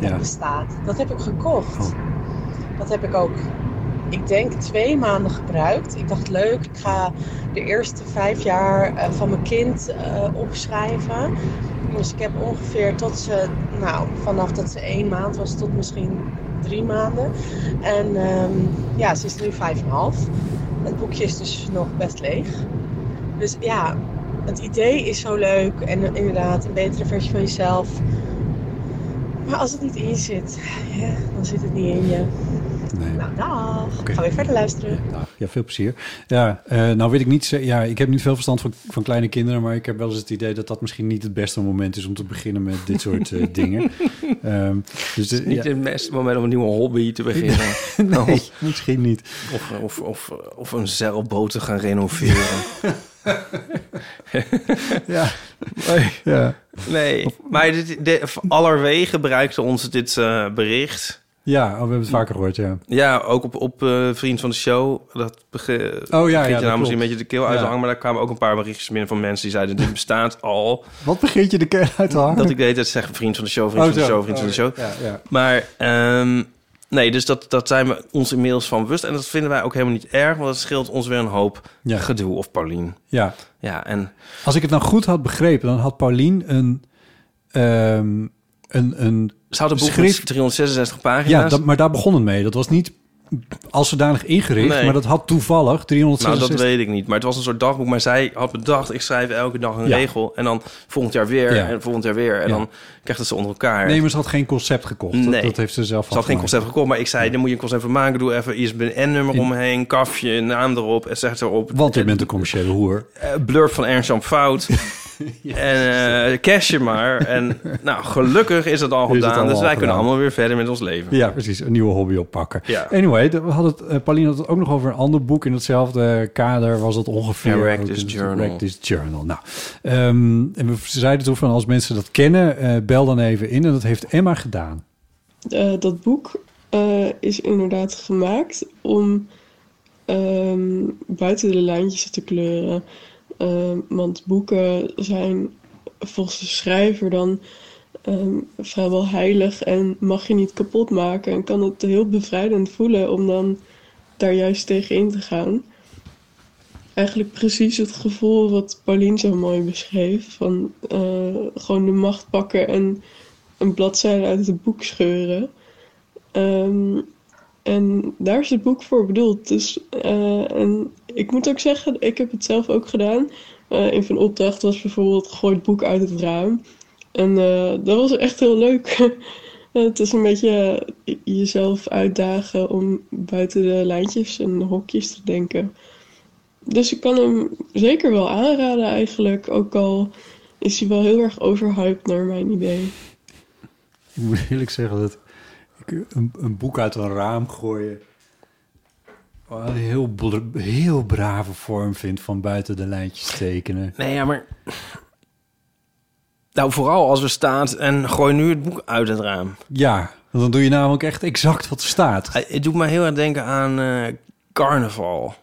Ja. Dat bestaat. Dat heb ik gekocht. Dat heb ik ook, ik denk, twee maanden gebruikt. Ik dacht, leuk, ik ga de eerste vijf jaar eh, van mijn kind eh, opschrijven. Dus ik heb ongeveer tot ze, nou, vanaf dat ze één maand was tot misschien drie maanden. En ehm, ja, ze is nu vijf en een half. Het boekje is dus nog best leeg. Dus ja, het idee is zo leuk. En eh, inderdaad, een betere versie van jezelf. Maar als het niet in je zit, ja, dan zit het niet in je. Nee. Nou, dag. Oké. Ga weer verder luisteren. Nou, ja, veel plezier. Ja, eh, nou weet ik niet. ze- Ja, ik heb niet veel verstand van, van kleine kinderen, maar ik heb wel eens het idee dat dat misschien niet het beste moment is om te beginnen met dit soort eh, dingen. Ehm, dus eh, Niet ja, het beste moment om een nieuwe hobby te beginnen. nee, misschien niet. Of, of, of, of een zeilboot te gaan renoveren. Ja, Nee. ja. nee. Maar dit, dit, allerwege bereikte ons dit eh, bericht. ja oh, we hebben het vaker gehoord. Ja, Ja, ook op, op eh, Vriend van de Show. Dat bege- ja, ja, begint dat je nou misschien klopt. een beetje de keel uit te Ja. hangen. Maar daar kwamen ook een paar berichtjes binnen van mensen die zeiden... dit bestaat al. wat begint je de kern uit te hangen? Oh, Dat ik de hele tijd zeg Vriend van de Show, Vriend van de Show, Vriend van de Show. Ja, ja. Maar ehm, nee, dus dat, dat zijn we ons inmiddels van bewust. En dat vinden wij ook helemaal niet erg, want dat scheelt ons weer een hoop Ja. gedoe. Of Paulien. ja, Ja, en als ik het nou goed had begrepen, dan had Paulien een, ehm, een, een ze had een boek Schrift- met 366 pagina's. Nou, Ja, dat, maar daar begon het mee. Dat was niet als zodanig ingericht, Nee. maar dat had toevallig nou, 366... dat weet ik niet. Maar het was een soort dagboek. Maar zij had bedacht, ik schrijf elke dag een Ja. regel. En dan volgend jaar weer, Ja. en volgend jaar weer. En Ja. dan krijgt het ze onder elkaar. Nee, maar ze had geen concept gekocht. Dat- Nee. Dat, heeft ze zelf ze had geen afgemaakt. concept gekocht, maar ik zei, dan moet je een concept van maken. Doe even ISBN-nummer In- omheen, kafje, naam erop, et cetera, erop. Want je bent een commerciële hoer. eh, blurb van Ernst Jan Fout. En eh cash je maar. En nou, gelukkig is het al Is het gedaan. allemaal dus wij gedaan. kunnen allemaal weer verder met ons leven. Ja, precies. Een nieuwe hobby oppakken. Ja. Anyway, de- we hadden het, eh, Pauline had het ook nog over een ander boek. In hetzelfde kader was dat ongeveer. Ja, Wreck ook This in het- Journal. Wreck This Journal. Nou, ehm, en we zeiden toen van als mensen dat kennen, eh, bel dan even in. En dat heeft Emma gedaan. Eh, dat boek eh, is inderdaad gemaakt om ehm, buiten de lijntjes te kleuren. Ehm, want boeken zijn volgens de schrijver dan ehm, vrijwel heilig en mag je niet kapot maken. En kan het heel bevrijdend voelen om dan daar juist tegen in te gaan. Eigenlijk precies het gevoel wat Paulien zo mooi beschreef: van eh, gewoon de macht pakken en een bladzijde uit het boek scheuren. Ehm, en daar is het boek voor bedoeld. Dus, eh, en ik moet ook zeggen, ik heb het zelf ook gedaan. Eh een van de opdrachten was bijvoorbeeld: gooi het boek uit het raam. En eh, dat was echt heel leuk. het is een beetje eh, jezelf uitdagen om buiten de lijntjes en hokjes te denken. Dus ik kan hem zeker wel aanraden, eigenlijk. Ook al is hij wel heel erg overhyped naar mijn idee. Ik moet eerlijk zeggen dat ik een, een boek uit een raam gooien wel een heel, bl- heel brave vorm vind van buiten de lijntjes tekenen. Nee, ja, maar... Nou, vooral als we staat en gooi nu het boek uit het raam. Ja, want dan doe je namelijk echt exact wat er staat. Eh, Het doet me heel erg denken aan eh, carnaval.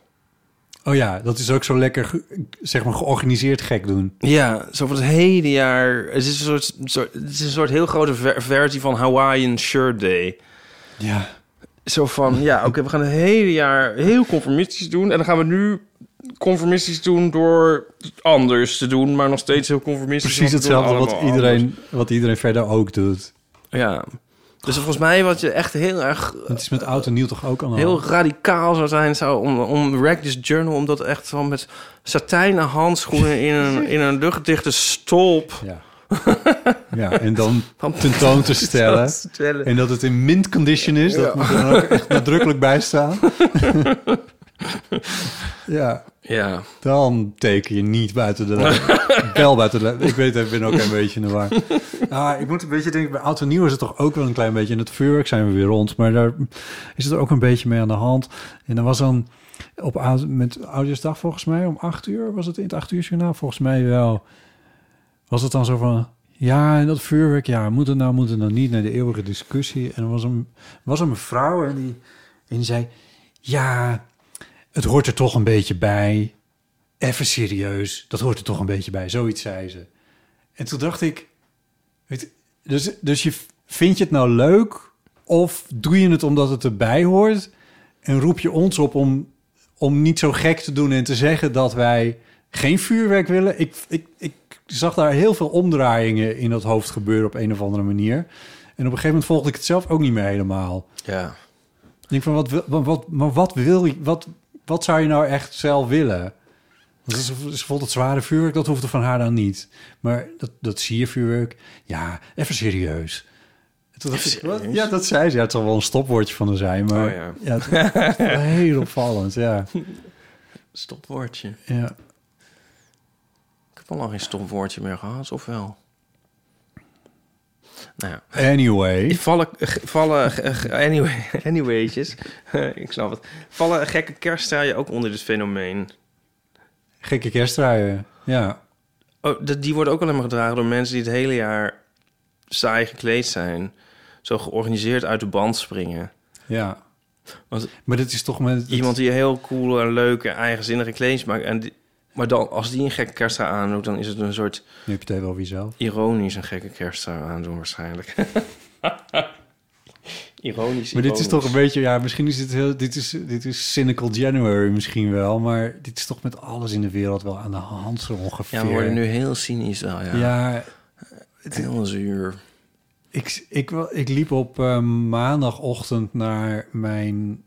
Oh ja, dat is ook zo lekker, ge- zeg maar, georganiseerd gek doen. Ja, zo voor het hele jaar. Het is een soort, soort- het is een soort heel grote ver- versie van Hawaiian Shirt Day. Ja. Zo van, ja, oké, we gaan het hele jaar heel conformistisch doen. En dan gaan we nu conformistisch doen door het anders te doen, maar nog steeds heel conformistisch. Precies want we doen hetzelfde wat allemaal iedereen, wat iedereen verder ook doet. anders. Ja. Dus volgens mij wat je echt heel erg Het is met oud en nieuw toch ook allemaal? heel radicaal zou zijn zou om, om Reckless Journal, om dat echt van met satijnen handschoenen in een, in een luchtdichte stolp Ja. ja, en dan Van- tentoon te stellen. te stellen. En dat het in mint condition is, dat moet er dan ook echt nadrukkelijk bij staan. ja, Ja. dan teken je niet buiten de lijn. Wel buiten de lijn. Ik weet het, ik ben ook een beetje in de war. Ah, ik moet een beetje denken, bij oud en nieuw is het toch ook wel een klein beetje... in het vuurwerk zijn we weer rond, maar daar is het ook een beetje mee aan de hand. En er was dan op oud- met Oudjaarsdag volgens mij om acht uur... was het in het acht uur journaal volgens mij wel... was het dan zo van... Ja, en dat vuurwerk, ja, moet het nou, moet het nou niet? Naar de eeuwige discussie. En er was een, was een mevrouw en die, en die zei... Ja, het hoort er toch een beetje bij even serieus, dat hoort er toch een beetje bij. Zoiets zei ze. En toen dacht ik, weet, dus, dus je, vind je het nou leuk of doe je het omdat het erbij hoort en roep je ons op om, om niet zo gek te doen en te zeggen dat wij geen vuurwerk willen? Ik, ik, ik zag daar heel veel omdraaiingen in dat hoofd gebeuren op een of andere manier. En op een gegeven moment volgde ik het zelf ook niet meer helemaal. Ja. Ik denk van, wat, wil- wat, wat, maar wat wil je, wat, wat zou je nou echt zelf willen? Want ze, ze vond het zware vuurwerk, dat hoefde van haar dan niet. Maar dat, dat zie je vuurwerk, ja, even serieus. En toen dacht ik, wat? Ja, dat zei ze. Ja, het zal wel een stopwoordje van haar zijn, maar Oh ja. ja. het was wel heel opvallend, ja. Stopwoordje. ja. Ik heb al lang geen stopwoordje meer gehad, of wel? Nou ja. Anyway, Vallen, g- vallen g- g- anyway, anyway'tjes. ik snap het. Vallen gekke kerstdraaien ook onder dit fenomeen? gekke kerstruien, ja. Oh, de- die wordt ook alleen maar gedragen door mensen die het hele jaar saai gekleed zijn. Zo georganiseerd uit de band springen. ja. Want- maar dit is toch met... dat- Iemand die heel cool en leuke, eigenzinnige kleedjes maakt. En die- maar dan, als die een gekke kerstdraai aandoet, dan is het een soort Nu heb je het even over jezelf. ironisch een gekke kerstdraai aandoen waarschijnlijk. ironisch, Maar dit is ironisch. toch een beetje, ja, misschien is dit heel, dit is, dit is cynical January misschien wel, maar dit is toch met alles in de wereld wel aan de hand zo ongeveer. Ja, we worden nu heel cynisch al, ja. Ja, Heel zuur. ik, ik, wel- ik liep op eh, maandagochtend naar mijn,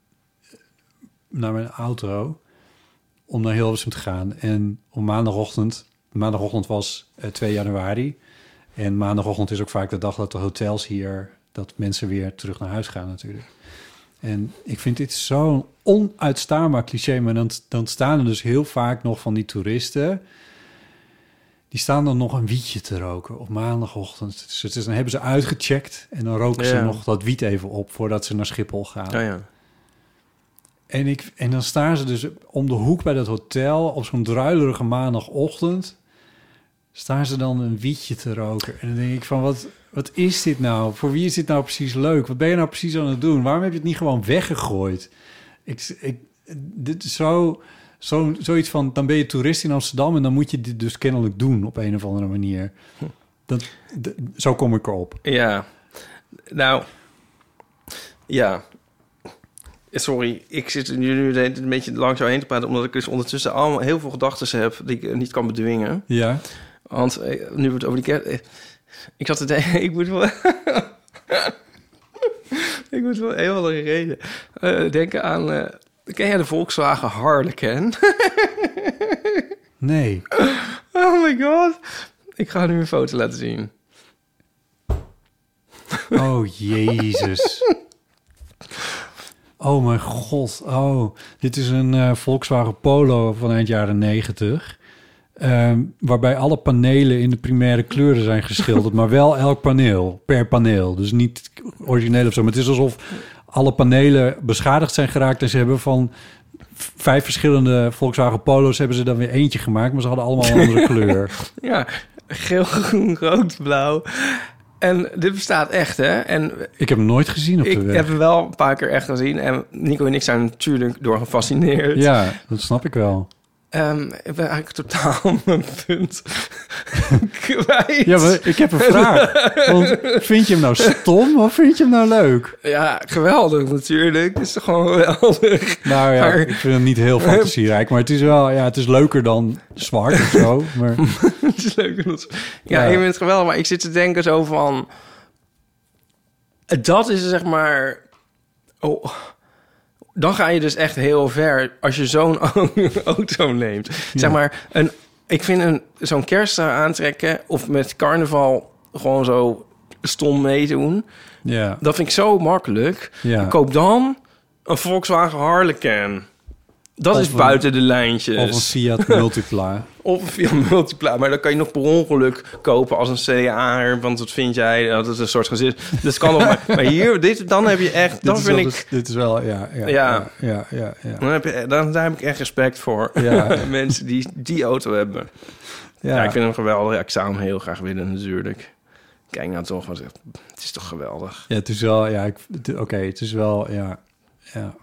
naar mijn auto om naar Hilversum te gaan. En op maandagochtend, maandagochtend was eh, 2 januari. En maandagochtend is ook vaak de dag dat de hotels hier, dat mensen weer terug naar huis gaan natuurlijk. En ik vind dit zo'n onuitstaanbaar cliché. Maar dan, dan staan er dus heel vaak nog van die toeristen. Die staan dan nog een wietje te roken op maandagochtend. Dus het is, dan hebben ze uitgecheckt en dan roken ze Ja. nog dat wiet even op voordat ze naar Schiphol gaan. Oh ja. En, ik, en dan staan ze dus om de hoek bij dat hotel op zo'n druilerige maandagochtend. Staan ze dan een wietje te roken. En dan denk ik van, wat, wat is dit nou? Voor wie is dit nou precies leuk? Wat ben je nou precies aan het doen? Waarom heb je het niet gewoon weggegooid? Ik, ik, dit is zo, zo, zoiets van, dan ben je toerist in Amsterdam... en dan moet je dit dus kennelijk doen op een of andere manier. Dat, d- zo kom ik erop. Ja. Nou. Ja. Sorry, ik zit nu nu de hele tijd een beetje langs jou heen te praten... omdat ik dus ondertussen allemaal heel veel gedachten heb... die ik eh, niet kan bedwingen. Ja, Want eh, nu we het over die kerst... eh, Ik zat te denken, ik moet wel... ik moet wel heel andere reden eh, denken aan... eh, ken jij de Volkswagen Harlequin? nee. oh my god. Ik ga nu een foto laten zien. Oh, jezus. Oh, mijn god. Oh, dit is een eh, Volkswagen Polo van eind jaren negentig. Ehm, waarbij alle panelen in de primaire kleuren zijn geschilderd, maar wel elk paneel, per paneel. Dus niet origineel of zo. Maar het is alsof alle panelen beschadigd zijn geraakt. En ze hebben van v- vijf verschillende Volkswagen Polo's hebben ze dan weer eentje gemaakt, maar ze hadden allemaal een andere kleur. Ja, geel, groen, rood, blauw. En dit bestaat echt, hè? En Ik heb hem nooit gezien op de ik weg. heb hem wel een paar keer echt gezien. En Nico en ik zijn natuurlijk door gefascineerd. Ja, dat snap ik wel. Ehm, ik ben eigenlijk totaal mijn punt kwijt. Ja, maar ik heb een vraag. Want vind je hem nou stom of vind je hem nou leuk? Ja, geweldig natuurlijk. Het is toch gewoon geweldig. Nou ja, Maar- ik vind hem niet heel fantasierijk, maar het is wel, ja, het is leuker dan zwart of zo. Maar het is leuk. om dat- Ja, Ja. ik vind het geweldig. Maar ik zit te denken zo van... Dat is zeg maar... Oh, dan ga je dus echt heel ver als je zo'n auto neemt. Zeg maar, een, ik vind een, zo'n kersttrui aantrekken... of met carnaval gewoon zo stom meedoen... ja, dat vind ik zo makkelijk. ja. Koop dan een Volkswagen Harlequin. Dat Of is een- buiten de Of een lijntjes. Fiat Multipla. Of via Multipla. Maar dan kan je nog per ongeluk kopen als een CA'er. Want dat vind jij, dat is een soort gezin. Dus kan nog maar. Maar hier, dit, dan heb je echt, Dit dan is wel vind dus- ik... dit is wel, ja, ja, ja, Ja. ja, ja. ja. Dan heb je, dan, daar heb ik echt respect voor. Ja. Mensen die die auto hebben. Ja. ik vind hem geweldig. Ja, ik zou hem heel graag willen natuurlijk. Kijk nou toch, wat het het is toch geweldig. Ja, het is wel, ja, ik- het- oké, het is wel, ja, ja.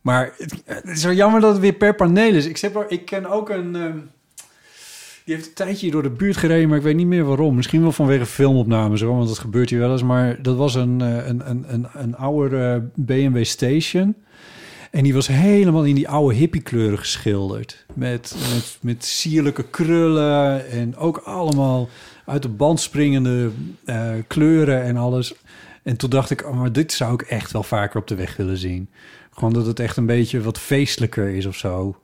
Maar het, het is wel jammer dat het weer per paneel is. Ik, heb, wel- ik ken ook een, ehm, die heeft een tijdje hier door de buurt gereden, maar ik weet niet meer waarom. Misschien wel vanwege filmopnames, hoor, want dat gebeurt hier wel eens. Maar dat was een, eh, een, een, een, een oude eh, BMW Station. En die was helemaal in die oude hippiekleuren geschilderd. Met, met, met sierlijke krullen en ook allemaal uit de band springende eh, kleuren en alles. En toen dacht ik, oh, maar dit zou ik echt wel vaker op de weg willen zien. Gewoon dat het echt een beetje wat feestelijker is of zo.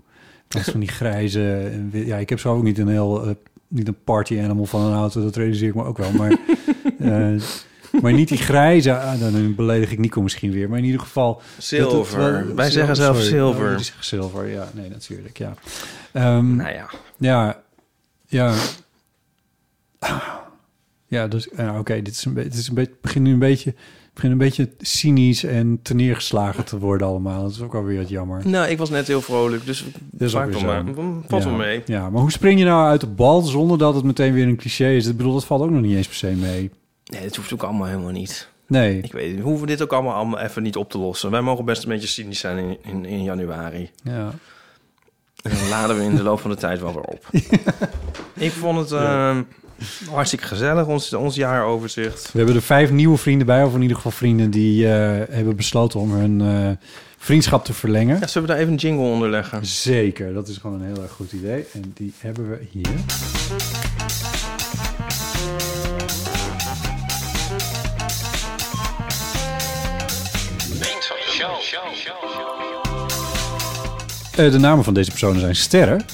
Dat van die grijze... en wit- Ja, ik heb zo ook niet een heel... eh, niet een party animal van een auto, dat realiseer ik me ook wel. Maar, eh, maar niet die grijze... ah, dan beledig ik Nico misschien weer. Maar in ieder geval... dat het Zilver. wel- Wij zeggen zelf sorry. zilver. Oh, jullie zeggen zilver, ja. Nee, natuurlijk, ja. Ehm, Nou ja. ja, ja. Ah. Ja, dus ja, oké, dit is een beetje, dit is een beetje, het begint nu een beetje, het begint een beetje cynisch en teneergeslagen te worden allemaal. Dat is ook alweer wat jammer. Nou, ik was net heel vrolijk, dus is ook maak weer wel zo. maar. Pas ja. wel mee. Ja, maar hoe spring je nou uit de bal zonder dat het meteen weer een cliché is? Ik bedoel, dat valt ook nog niet eens per se mee. Nee, dat hoeft ook allemaal helemaal niet. Nee, Ik weet, niet, we hoeven dit ook allemaal, allemaal even niet op te lossen. Wij mogen best een beetje cynisch zijn in, in, in januari. ja. En dan laden we in de loop van de tijd wel weer op. Ik vond het eh, hartstikke gezellig, ons, ons jaaroverzicht. We hebben er vijf nieuwe vrienden bij, of in ieder geval vrienden die eh, hebben besloten om hun eh, vriendschap te verlengen. Ja, zullen we daar even een jingle onder leggen? Zeker, dat is gewoon een heel erg goed idee. En die hebben we hier. Eh, de namen van deze personen zijn Sterren.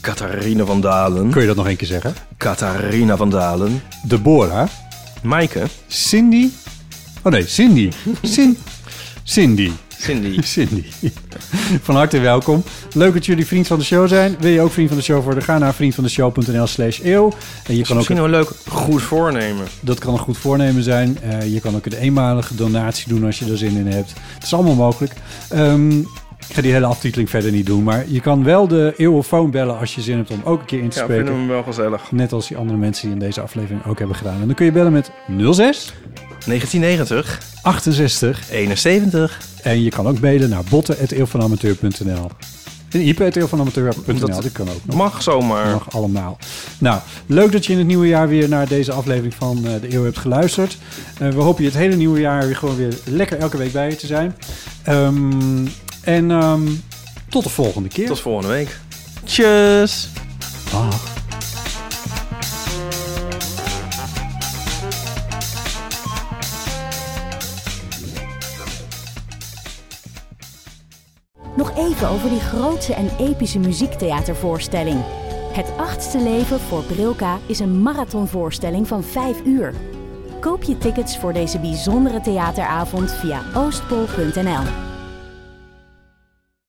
Catharina van Dalen. Kun je dat nog een keer zeggen? Catharina van Dalen. Deborah. Maaike. Cindy. Oh nee, Cindy. Cin Cindy. Cindy. Cindy. Van harte welkom. Leuk dat jullie vriend van de show zijn. Wil je ook vriend van de show worden? Ga naar vriendvandeshow.nl slash eeuw. En je Is kan ook, misschien wel leuk. Goed voornemen. dat kan een goed voornemen zijn. Eh, je kan ook een eenmalige donatie doen als je er zin in hebt. Het is allemaal mogelijk. Ehm, ik ga die hele aftiteling verder niet doen. Maar je kan wel de eeuwofoon bellen als je zin hebt om ook een keer in te Ja, spreken. vinden we hem wel gezellig. Net als die andere mensen die in deze aflevering ook hebben gedaan. En dan kun je bellen met 06 1990, 68 71. En je kan ook mailen naar botten.eeuwvanamateur.nl. En ipe.eeuwvanamateur.nl, Dat- dat kan ook nog. Mag zomaar. Mag allemaal. Nou, leuk dat je in het nieuwe jaar weer naar deze aflevering van eh, De Eeuw hebt geluisterd. Eh, we hopen je het hele nieuwe jaar weer gewoon weer lekker elke week bij je te zijn. Ehm, en ehm, tot de volgende keer. Tot volgende week. Tjus. Dag. Nog even over die grootse en epische muziektheatervoorstelling. Het achtste leven voor Brilka is een marathonvoorstelling van 5 uur. Koop je tickets voor deze bijzondere theateravond via oostpol.nl.